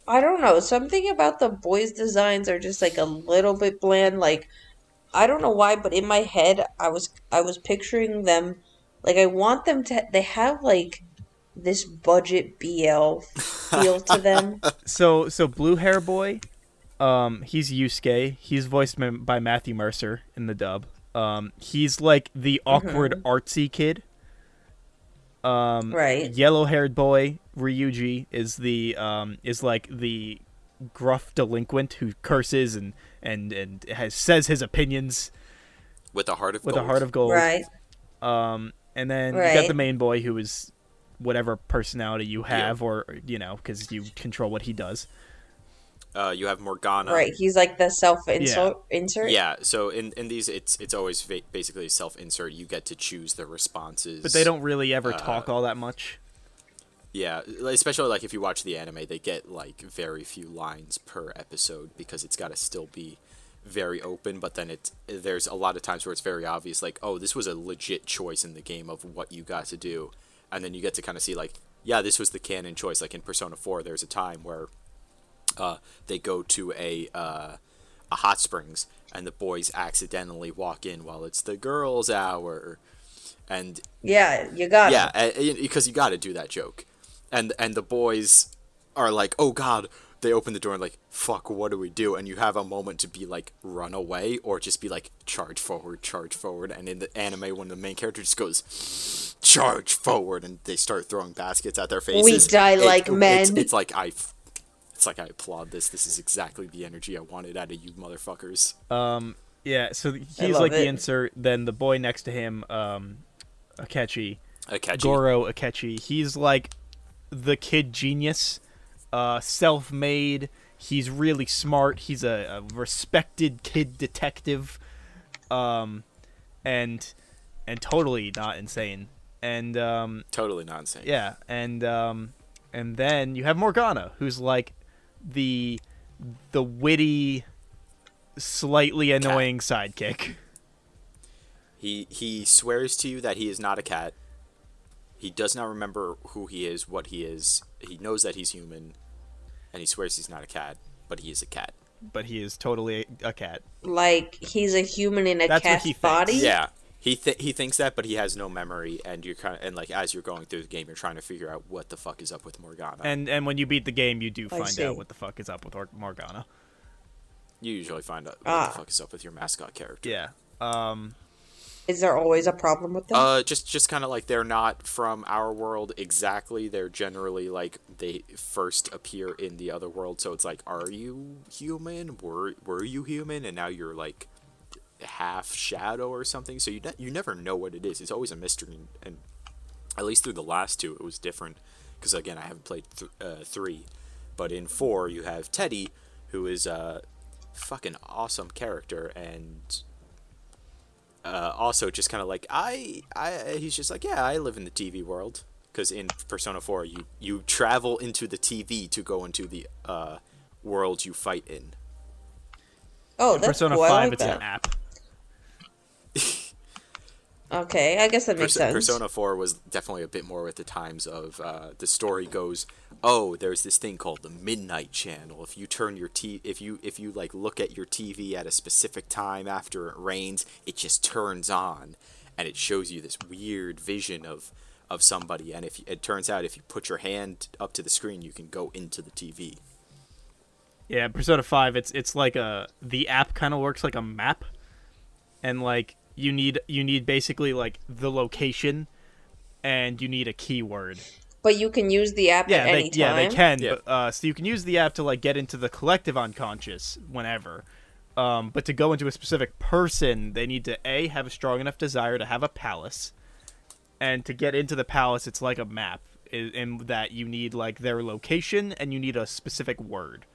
Speaker 2: I don't know. Something about the boys' designs are just like a little bit bland. Like I don't know why, but in my head, I was I was picturing them like I want them to. They have like this budget BL feel
Speaker 3: *laughs*
Speaker 2: to them.
Speaker 1: So so blue hair boy, um, he's Yusuke. He's voiced m- by Matthew Mercer in the dub. Um, he's like the
Speaker 2: Mm-hmm.
Speaker 1: awkward artsy kid. Um,
Speaker 2: Right.
Speaker 1: yellow haired boy Ryuji is the um is like the gruff delinquent who curses and and and has says his opinions
Speaker 3: With a heart of
Speaker 1: with
Speaker 3: gold.
Speaker 1: a heart of gold.
Speaker 2: Right.
Speaker 1: Um, and then you got the
Speaker 2: Right.
Speaker 1: main boy who is whatever personality you have, or you know, because you control what he does.
Speaker 3: Uh, you have Morgana.
Speaker 2: Right. He's like the self insert insert.
Speaker 3: Um, Yeah. So in, in these, it's it's always va- basically self insert. You get to choose the responses.
Speaker 1: But they don't really ever talk all that much.
Speaker 3: Yeah, especially like if you watch the anime, they get like very few lines per episode because it's got to still be very open. But then it's there's a lot of times where it's very obvious, like oh, this was a legit choice in the game of what you got to do, and then you get to kind of see like yeah, this was the canon choice. Like in Persona Four, there's a time where uh, they go to a uh, a hot springs and the boys accidentally walk in while it's the girls' hour and
Speaker 2: Yeah, you got
Speaker 3: yeah,
Speaker 2: it.
Speaker 3: because you got to do that joke, and and the boys are like, oh god, they open the door and like, fuck, what do we do? And you have a moment to be like, run away, or just be like, charge forward, charge forward. And in the anime, one of the main characters just goes, charge forward, and they start throwing baskets at their faces.
Speaker 2: die like
Speaker 3: it's-
Speaker 2: men.
Speaker 3: It's like I. f- It's like I applaud this. This is exactly the energy I wanted out of you motherfuckers.
Speaker 1: Um, yeah, so he's
Speaker 2: love
Speaker 1: like the
Speaker 2: it.
Speaker 1: insert. Then the boy next to him, um, Akechi,
Speaker 3: I catch you.
Speaker 1: Goro Akechi, he's like the kid genius, uh, self-made. He's really smart. He's a, a respected kid detective, um, and and totally not insane. And um,
Speaker 3: Totally nonsense.
Speaker 1: yeah, and um, and then you have Morgana, who's like the the witty, slightly annoying sidekick.
Speaker 3: He he swears to you that he is not a cat. He does not remember who he is, what he is. He knows that he's human, and he swears he's not a cat, but he is a cat.
Speaker 1: But he is totally a, a cat.
Speaker 2: Like he's a human in a
Speaker 1: That's what
Speaker 2: cat's
Speaker 1: he thinks.
Speaker 2: body.
Speaker 3: Yeah, he th- he thinks that, but he has no memory, and you're kind of, and like as you're going through the game, you're trying to figure out what the fuck is up with Morgana.
Speaker 1: And and when you beat the game, you do
Speaker 2: I
Speaker 1: find
Speaker 2: see.
Speaker 1: out what the fuck is up with Or- Morgana.
Speaker 3: you usually find out what
Speaker 2: Ah.
Speaker 3: the fuck is up with your mascot character.
Speaker 1: Yeah. Um.
Speaker 2: Is there always a problem with them?
Speaker 3: Uh, just just kind of like they're not from our world exactly. They're generally like they first appear in the other world, so it's like, are you human? Were were you human? And now you're like half shadow or something. So you ne- you never know what it is. It's always a mystery, and, and at least through the last two, it was different. Because again, I haven't played th- uh, three, but in four you have Teddy, who is a fucking awesome character and uh, also just kind of like I, I he's just like yeah i live in the tv world because in persona 4 you you travel into the tv to go into the uh, world you fight in
Speaker 2: oh, that's
Speaker 1: Persona
Speaker 2: cool. I
Speaker 1: Five.
Speaker 2: like
Speaker 1: it's
Speaker 2: that.
Speaker 1: an app.
Speaker 2: Okay, I guess that makes
Speaker 3: Perso-
Speaker 2: sense.
Speaker 3: persona 4 was definitely a bit more with the times of uh, the story goes oh there's this thing called the midnight channel if you turn your t if you if you like look at your tv at a specific time after it rains it just turns on and it shows you this weird vision of of somebody and if it turns out if you put your hand up to the screen you can go into the tv
Speaker 1: Yeah, Persona Five. It's it's like a the app kind of works like a map, and like you need you need basically like the location, and you need a keyword.
Speaker 2: But you can use the app
Speaker 1: yeah,
Speaker 2: at
Speaker 1: they,
Speaker 2: any time.
Speaker 1: yeah, they can.
Speaker 3: Yeah.
Speaker 1: But, uh, so you can use the app to like get into the collective unconscious whenever. Um, but to go into a specific person, they need to a have a strong enough desire to have a palace, and to get into the palace, it's like a map i- in that you need like their location and you need a specific word.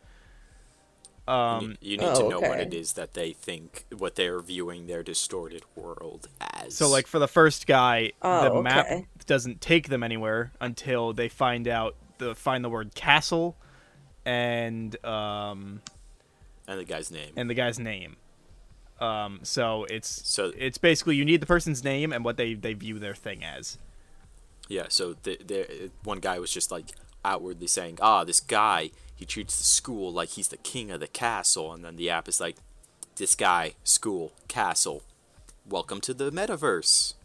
Speaker 1: Um,
Speaker 3: you, you need to
Speaker 2: Oh,
Speaker 3: know what
Speaker 2: okay.
Speaker 3: it is that they think what they're viewing their distorted world as
Speaker 1: So like for the first guy, the
Speaker 2: Oh,
Speaker 1: map
Speaker 2: okay.
Speaker 1: doesn't take them anywhere until they find out the find the word castle, and um,
Speaker 3: and the guy's name
Speaker 1: and the guy's name. Um, so it's
Speaker 3: So-
Speaker 1: it's basically you need the person's name and what they, they view their thing as.
Speaker 3: Yeah, so the, the one guy was just like outwardly saying, "Ah, this guy, he treats the school like he's the king of the castle," and then the app is like, "This guy, school, castle, welcome to the metaverse,"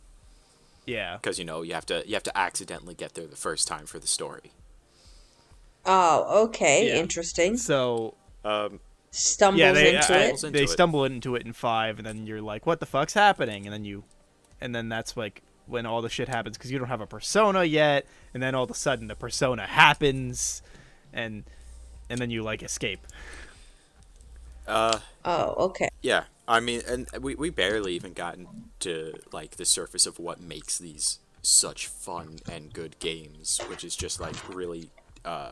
Speaker 1: Yeah.
Speaker 3: because you know you have to you have to accidentally get there the first time for the story.
Speaker 2: Oh, okay,
Speaker 1: Yeah.
Speaker 2: interesting.
Speaker 1: So
Speaker 2: Stumbles
Speaker 1: yeah, they
Speaker 2: into
Speaker 1: I-
Speaker 2: it.
Speaker 3: Stumbles into
Speaker 1: they
Speaker 3: it.
Speaker 1: stumble into it in five, and then you're like, "What the fuck's happening?" And then you, and then that's like when all the shit happens because you don't have a persona yet, and then all of a sudden the persona happens, and and then you like escape.
Speaker 2: oh, okay.
Speaker 3: Yeah, I mean, and we we barely even gotten to like the surface of what makes these such fun and good games, which is just like really, uh,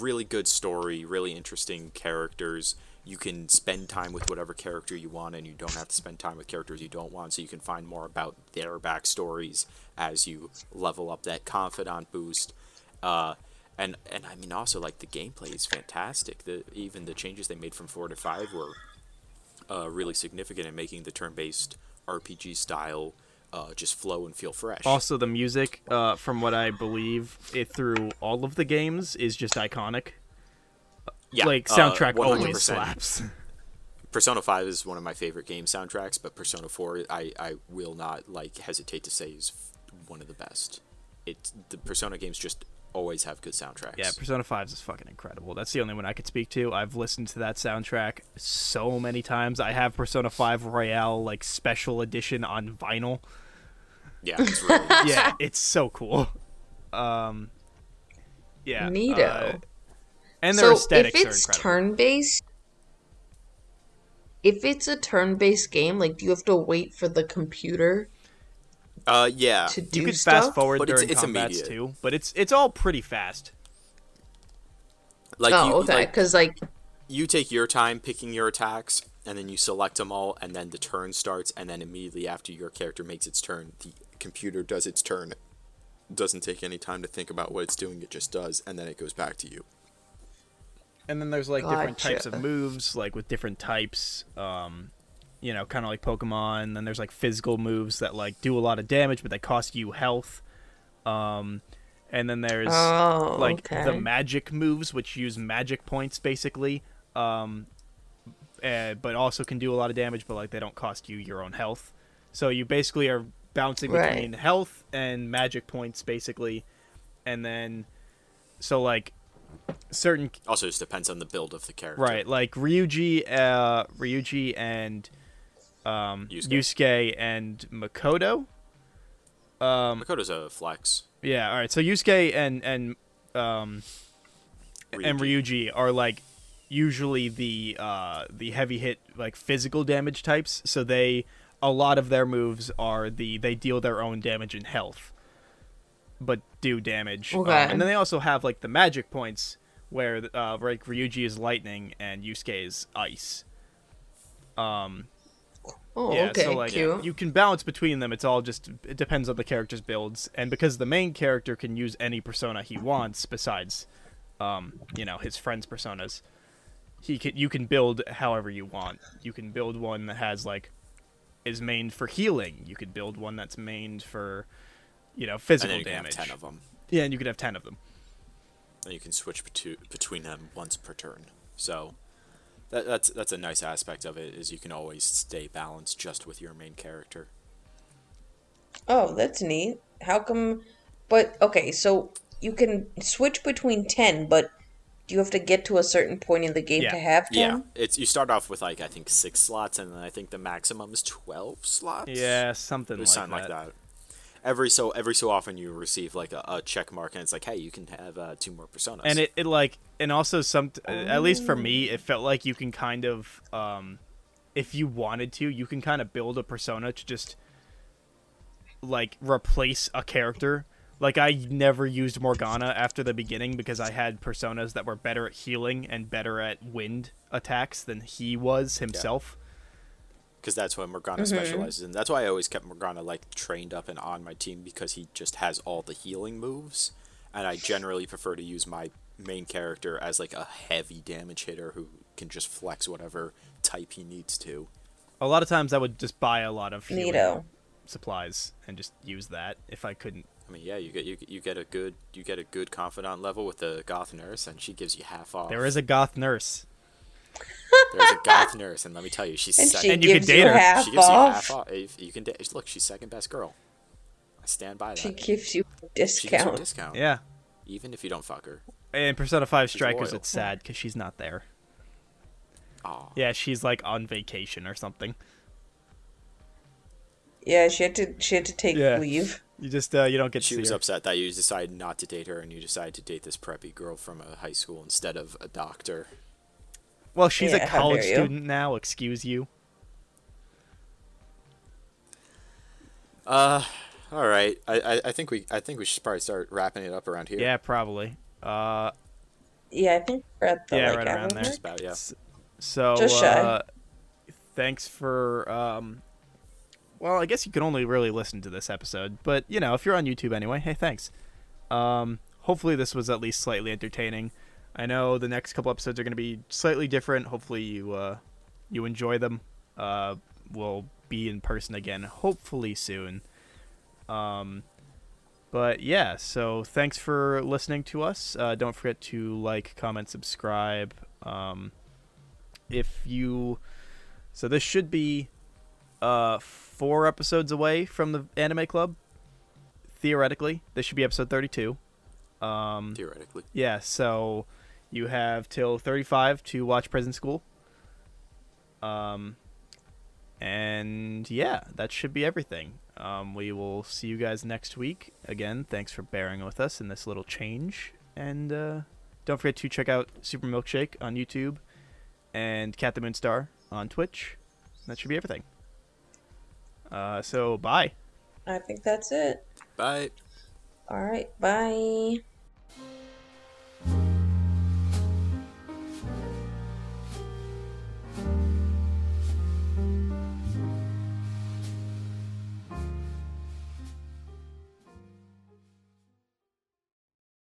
Speaker 3: really good story, really interesting characters. You can spend time with whatever character you want, and you don't have to spend time with characters you don't want, so you can find more about their backstories as you level up that confidant boost. Uh, and and I mean also like the gameplay is fantastic. The even the changes they made from four to five were uh, really significant in making the turn-based RPG style uh, just flow and feel fresh.
Speaker 1: Also, the music, uh, from what I believe, it through all of the games is just iconic.
Speaker 3: yeah,
Speaker 1: like
Speaker 3: uh,
Speaker 1: soundtrack
Speaker 3: 100%.
Speaker 1: always slaps.
Speaker 3: Persona 5 is one of my favorite game soundtracks, but Persona 4, I, I will not like hesitate to say is one of the best. It's the Persona games just always have good soundtracks.
Speaker 1: Yeah, Persona 5 is fucking incredible. That's the only one I could speak to. I've listened to that soundtrack so many times. I have Persona 5 Royale like special edition on vinyl.
Speaker 3: yeah, it's really
Speaker 1: *laughs* Yeah, it's so cool. Um Yeah.
Speaker 4: Neato.
Speaker 1: uh, and their
Speaker 4: so if
Speaker 1: aesthetics
Speaker 4: it's
Speaker 1: are incredible.
Speaker 4: turn based, if it's a turn based game, like do you have to wait for the computer
Speaker 3: uh, yeah.
Speaker 4: to do
Speaker 1: you could
Speaker 4: stuff?
Speaker 1: fast forward
Speaker 3: But it's-
Speaker 1: during
Speaker 3: it's
Speaker 1: combats
Speaker 3: immediate.
Speaker 1: too, but it's it's all pretty fast.
Speaker 3: Like
Speaker 4: oh,
Speaker 3: you,
Speaker 4: okay.
Speaker 3: like,
Speaker 4: Because like,
Speaker 3: you take your time picking your attacks, and then you select them all, and then the turn starts, and then immediately after your character makes its turn, the computer does its turn. Doesn't take any time to think about what it's doing; it just does, and then it goes back to you.
Speaker 1: and then there's like different types of
Speaker 4: Gotcha.
Speaker 1: moves like with different types um you know kind of like pokemon then there's like physical moves that like do a lot of damage but they cost you health um and then there's
Speaker 4: Oh,
Speaker 1: like the
Speaker 4: okay.
Speaker 1: magic moves which use magic points basically um uh, but also can do a lot of damage but like they don't cost you your own health so you basically are bouncing
Speaker 4: Right.
Speaker 1: between health and magic points basically and then so like certain
Speaker 3: Also, just depends on the build of the character.
Speaker 1: Right, like Ryuji, uh, Ryuji and um,
Speaker 3: Yusuke.
Speaker 1: Yusuke. and Makoto. Um,
Speaker 3: Makoto's a flex.
Speaker 1: yeah, all right. So Yusuke and and um, and Ryuji
Speaker 3: Ryuji.
Speaker 1: are like usually the uh, the heavy hit like physical damage types. So they a lot of their moves are the they deal their own damage and health, but do damage. Um,
Speaker 4: Okay.
Speaker 1: and then they also have like the magic points where uh, like Ryuji is lightning and Yusuke is ice.
Speaker 4: oh,
Speaker 1: Yeah,
Speaker 4: okay,
Speaker 1: so like
Speaker 4: cute.
Speaker 1: you can balance between them. It's all just it depends on the character's builds, and because the main character can use any persona he wants besides, um, you know, his friends' personas, he can you can build however you want. You can build one that has like is mained for healing. You could build one that's mained for, you know,
Speaker 3: and then
Speaker 1: physical
Speaker 3: you can
Speaker 1: damage.
Speaker 3: have ten of them,
Speaker 1: Yeah, and you could have ten of them.
Speaker 3: and you can switch betu- between them once per turn. So that, that's that's a nice aspect of it is you can always stay balanced just with your main character.
Speaker 2: Oh, that's neat. How come? But okay, so you can switch between ten, but do you have to get to a certain point in the game
Speaker 1: Yeah.
Speaker 2: to have
Speaker 3: Yeah,
Speaker 2: ten?
Speaker 3: it's you start off with like I think six slots, and then I think the maximum is twelve slots.
Speaker 1: Yeah, something
Speaker 3: or
Speaker 1: like
Speaker 3: something
Speaker 1: that.
Speaker 3: like that. Every so every so often you receive like a, a check mark, and it's like, hey, you can have uh, two more personas.
Speaker 1: and it, it like and also some at least for me it felt like you can kind of um if you wanted to you can kind of build a persona to just like replace a character like i never used morgana after the beginning because i had personas that were better at healing and better at wind attacks than he was himself
Speaker 3: because that's what Morgana
Speaker 2: Mm-hmm.
Speaker 3: specializes in. That's why I always kept Morgana like trained up and on my team because he just has all the healing moves, and I generally prefer to use my main character as like a heavy damage hitter who can just flex whatever type he needs to.
Speaker 1: a lot of times i would just buy a lot of healing
Speaker 2: Neato.
Speaker 1: supplies and just use that if i couldn't
Speaker 3: I mean, yeah, you get you, get- you get a good you get a good confidant level with the goth nurse, and she gives you half off.
Speaker 1: there is a goth nurse
Speaker 3: there's a goth nurse, and let me tell you, she's
Speaker 2: And
Speaker 3: second.
Speaker 2: she
Speaker 1: And you could
Speaker 2: gives
Speaker 1: date
Speaker 2: you
Speaker 1: her. She
Speaker 2: half
Speaker 3: she gives you
Speaker 2: off.
Speaker 3: half off. If you can, da- look, she's second best girl. I stand by that.
Speaker 2: She gives you a
Speaker 3: She gives you a
Speaker 2: discount.
Speaker 3: discount,
Speaker 1: yeah
Speaker 3: even if you don't fuck her.
Speaker 1: and persona 5 strikers
Speaker 3: loyal.
Speaker 1: it's sad because she's not there
Speaker 3: Aw.
Speaker 1: Yeah, she's like on vacation or something.
Speaker 2: Yeah, she had to. She had to take
Speaker 1: Yeah.
Speaker 2: leave.
Speaker 1: You just uh, you don't get to
Speaker 3: She
Speaker 1: see
Speaker 3: was
Speaker 1: her.
Speaker 3: upset that you decided not to date her, and you decided to date this preppy girl from a high school instead of a doctor.
Speaker 1: Well, she's
Speaker 2: Yeah,
Speaker 1: a
Speaker 2: how
Speaker 1: college
Speaker 2: dare you.
Speaker 1: student now. Excuse you.
Speaker 3: All right, I, I, I think we I think we should probably start wrapping it up around here.
Speaker 1: Yeah, probably. Uh,
Speaker 2: Yeah, I think we're at the
Speaker 1: Yeah,
Speaker 2: like
Speaker 1: right around
Speaker 2: hour
Speaker 1: there.
Speaker 2: mark.
Speaker 3: About yeah.
Speaker 1: s- so
Speaker 2: Just shy.
Speaker 1: uh, thanks for. Um, well, I guess you can only really listen to this episode, but you know, if you're on YouTube anyway, hey, thanks. Um, hopefully, this was at least slightly entertaining. I know the next couple episodes are going to be slightly different. Hopefully, you uh, you enjoy them. Uh, we'll be in person again, hopefully soon. Um, but yeah, so thanks for listening to us. Uh, don't forget to like, comment, subscribe. Um, if you So this should be uh, four episodes away from the anime club. Theoretically, this should be episode 32.
Speaker 3: theoretically.
Speaker 1: Yeah, so you have till 35 to watch Prison School. Um, and yeah, that should be everything. Um, we will see you guys next week. Again, thanks for bearing with us in this little change. And uh, don't forget to check out Super Milkshake on YouTube and Cat the Moonstar on Twitch. That should be everything. Uh, so, bye.
Speaker 2: I think that's it.
Speaker 3: Bye.
Speaker 2: All right. Bye.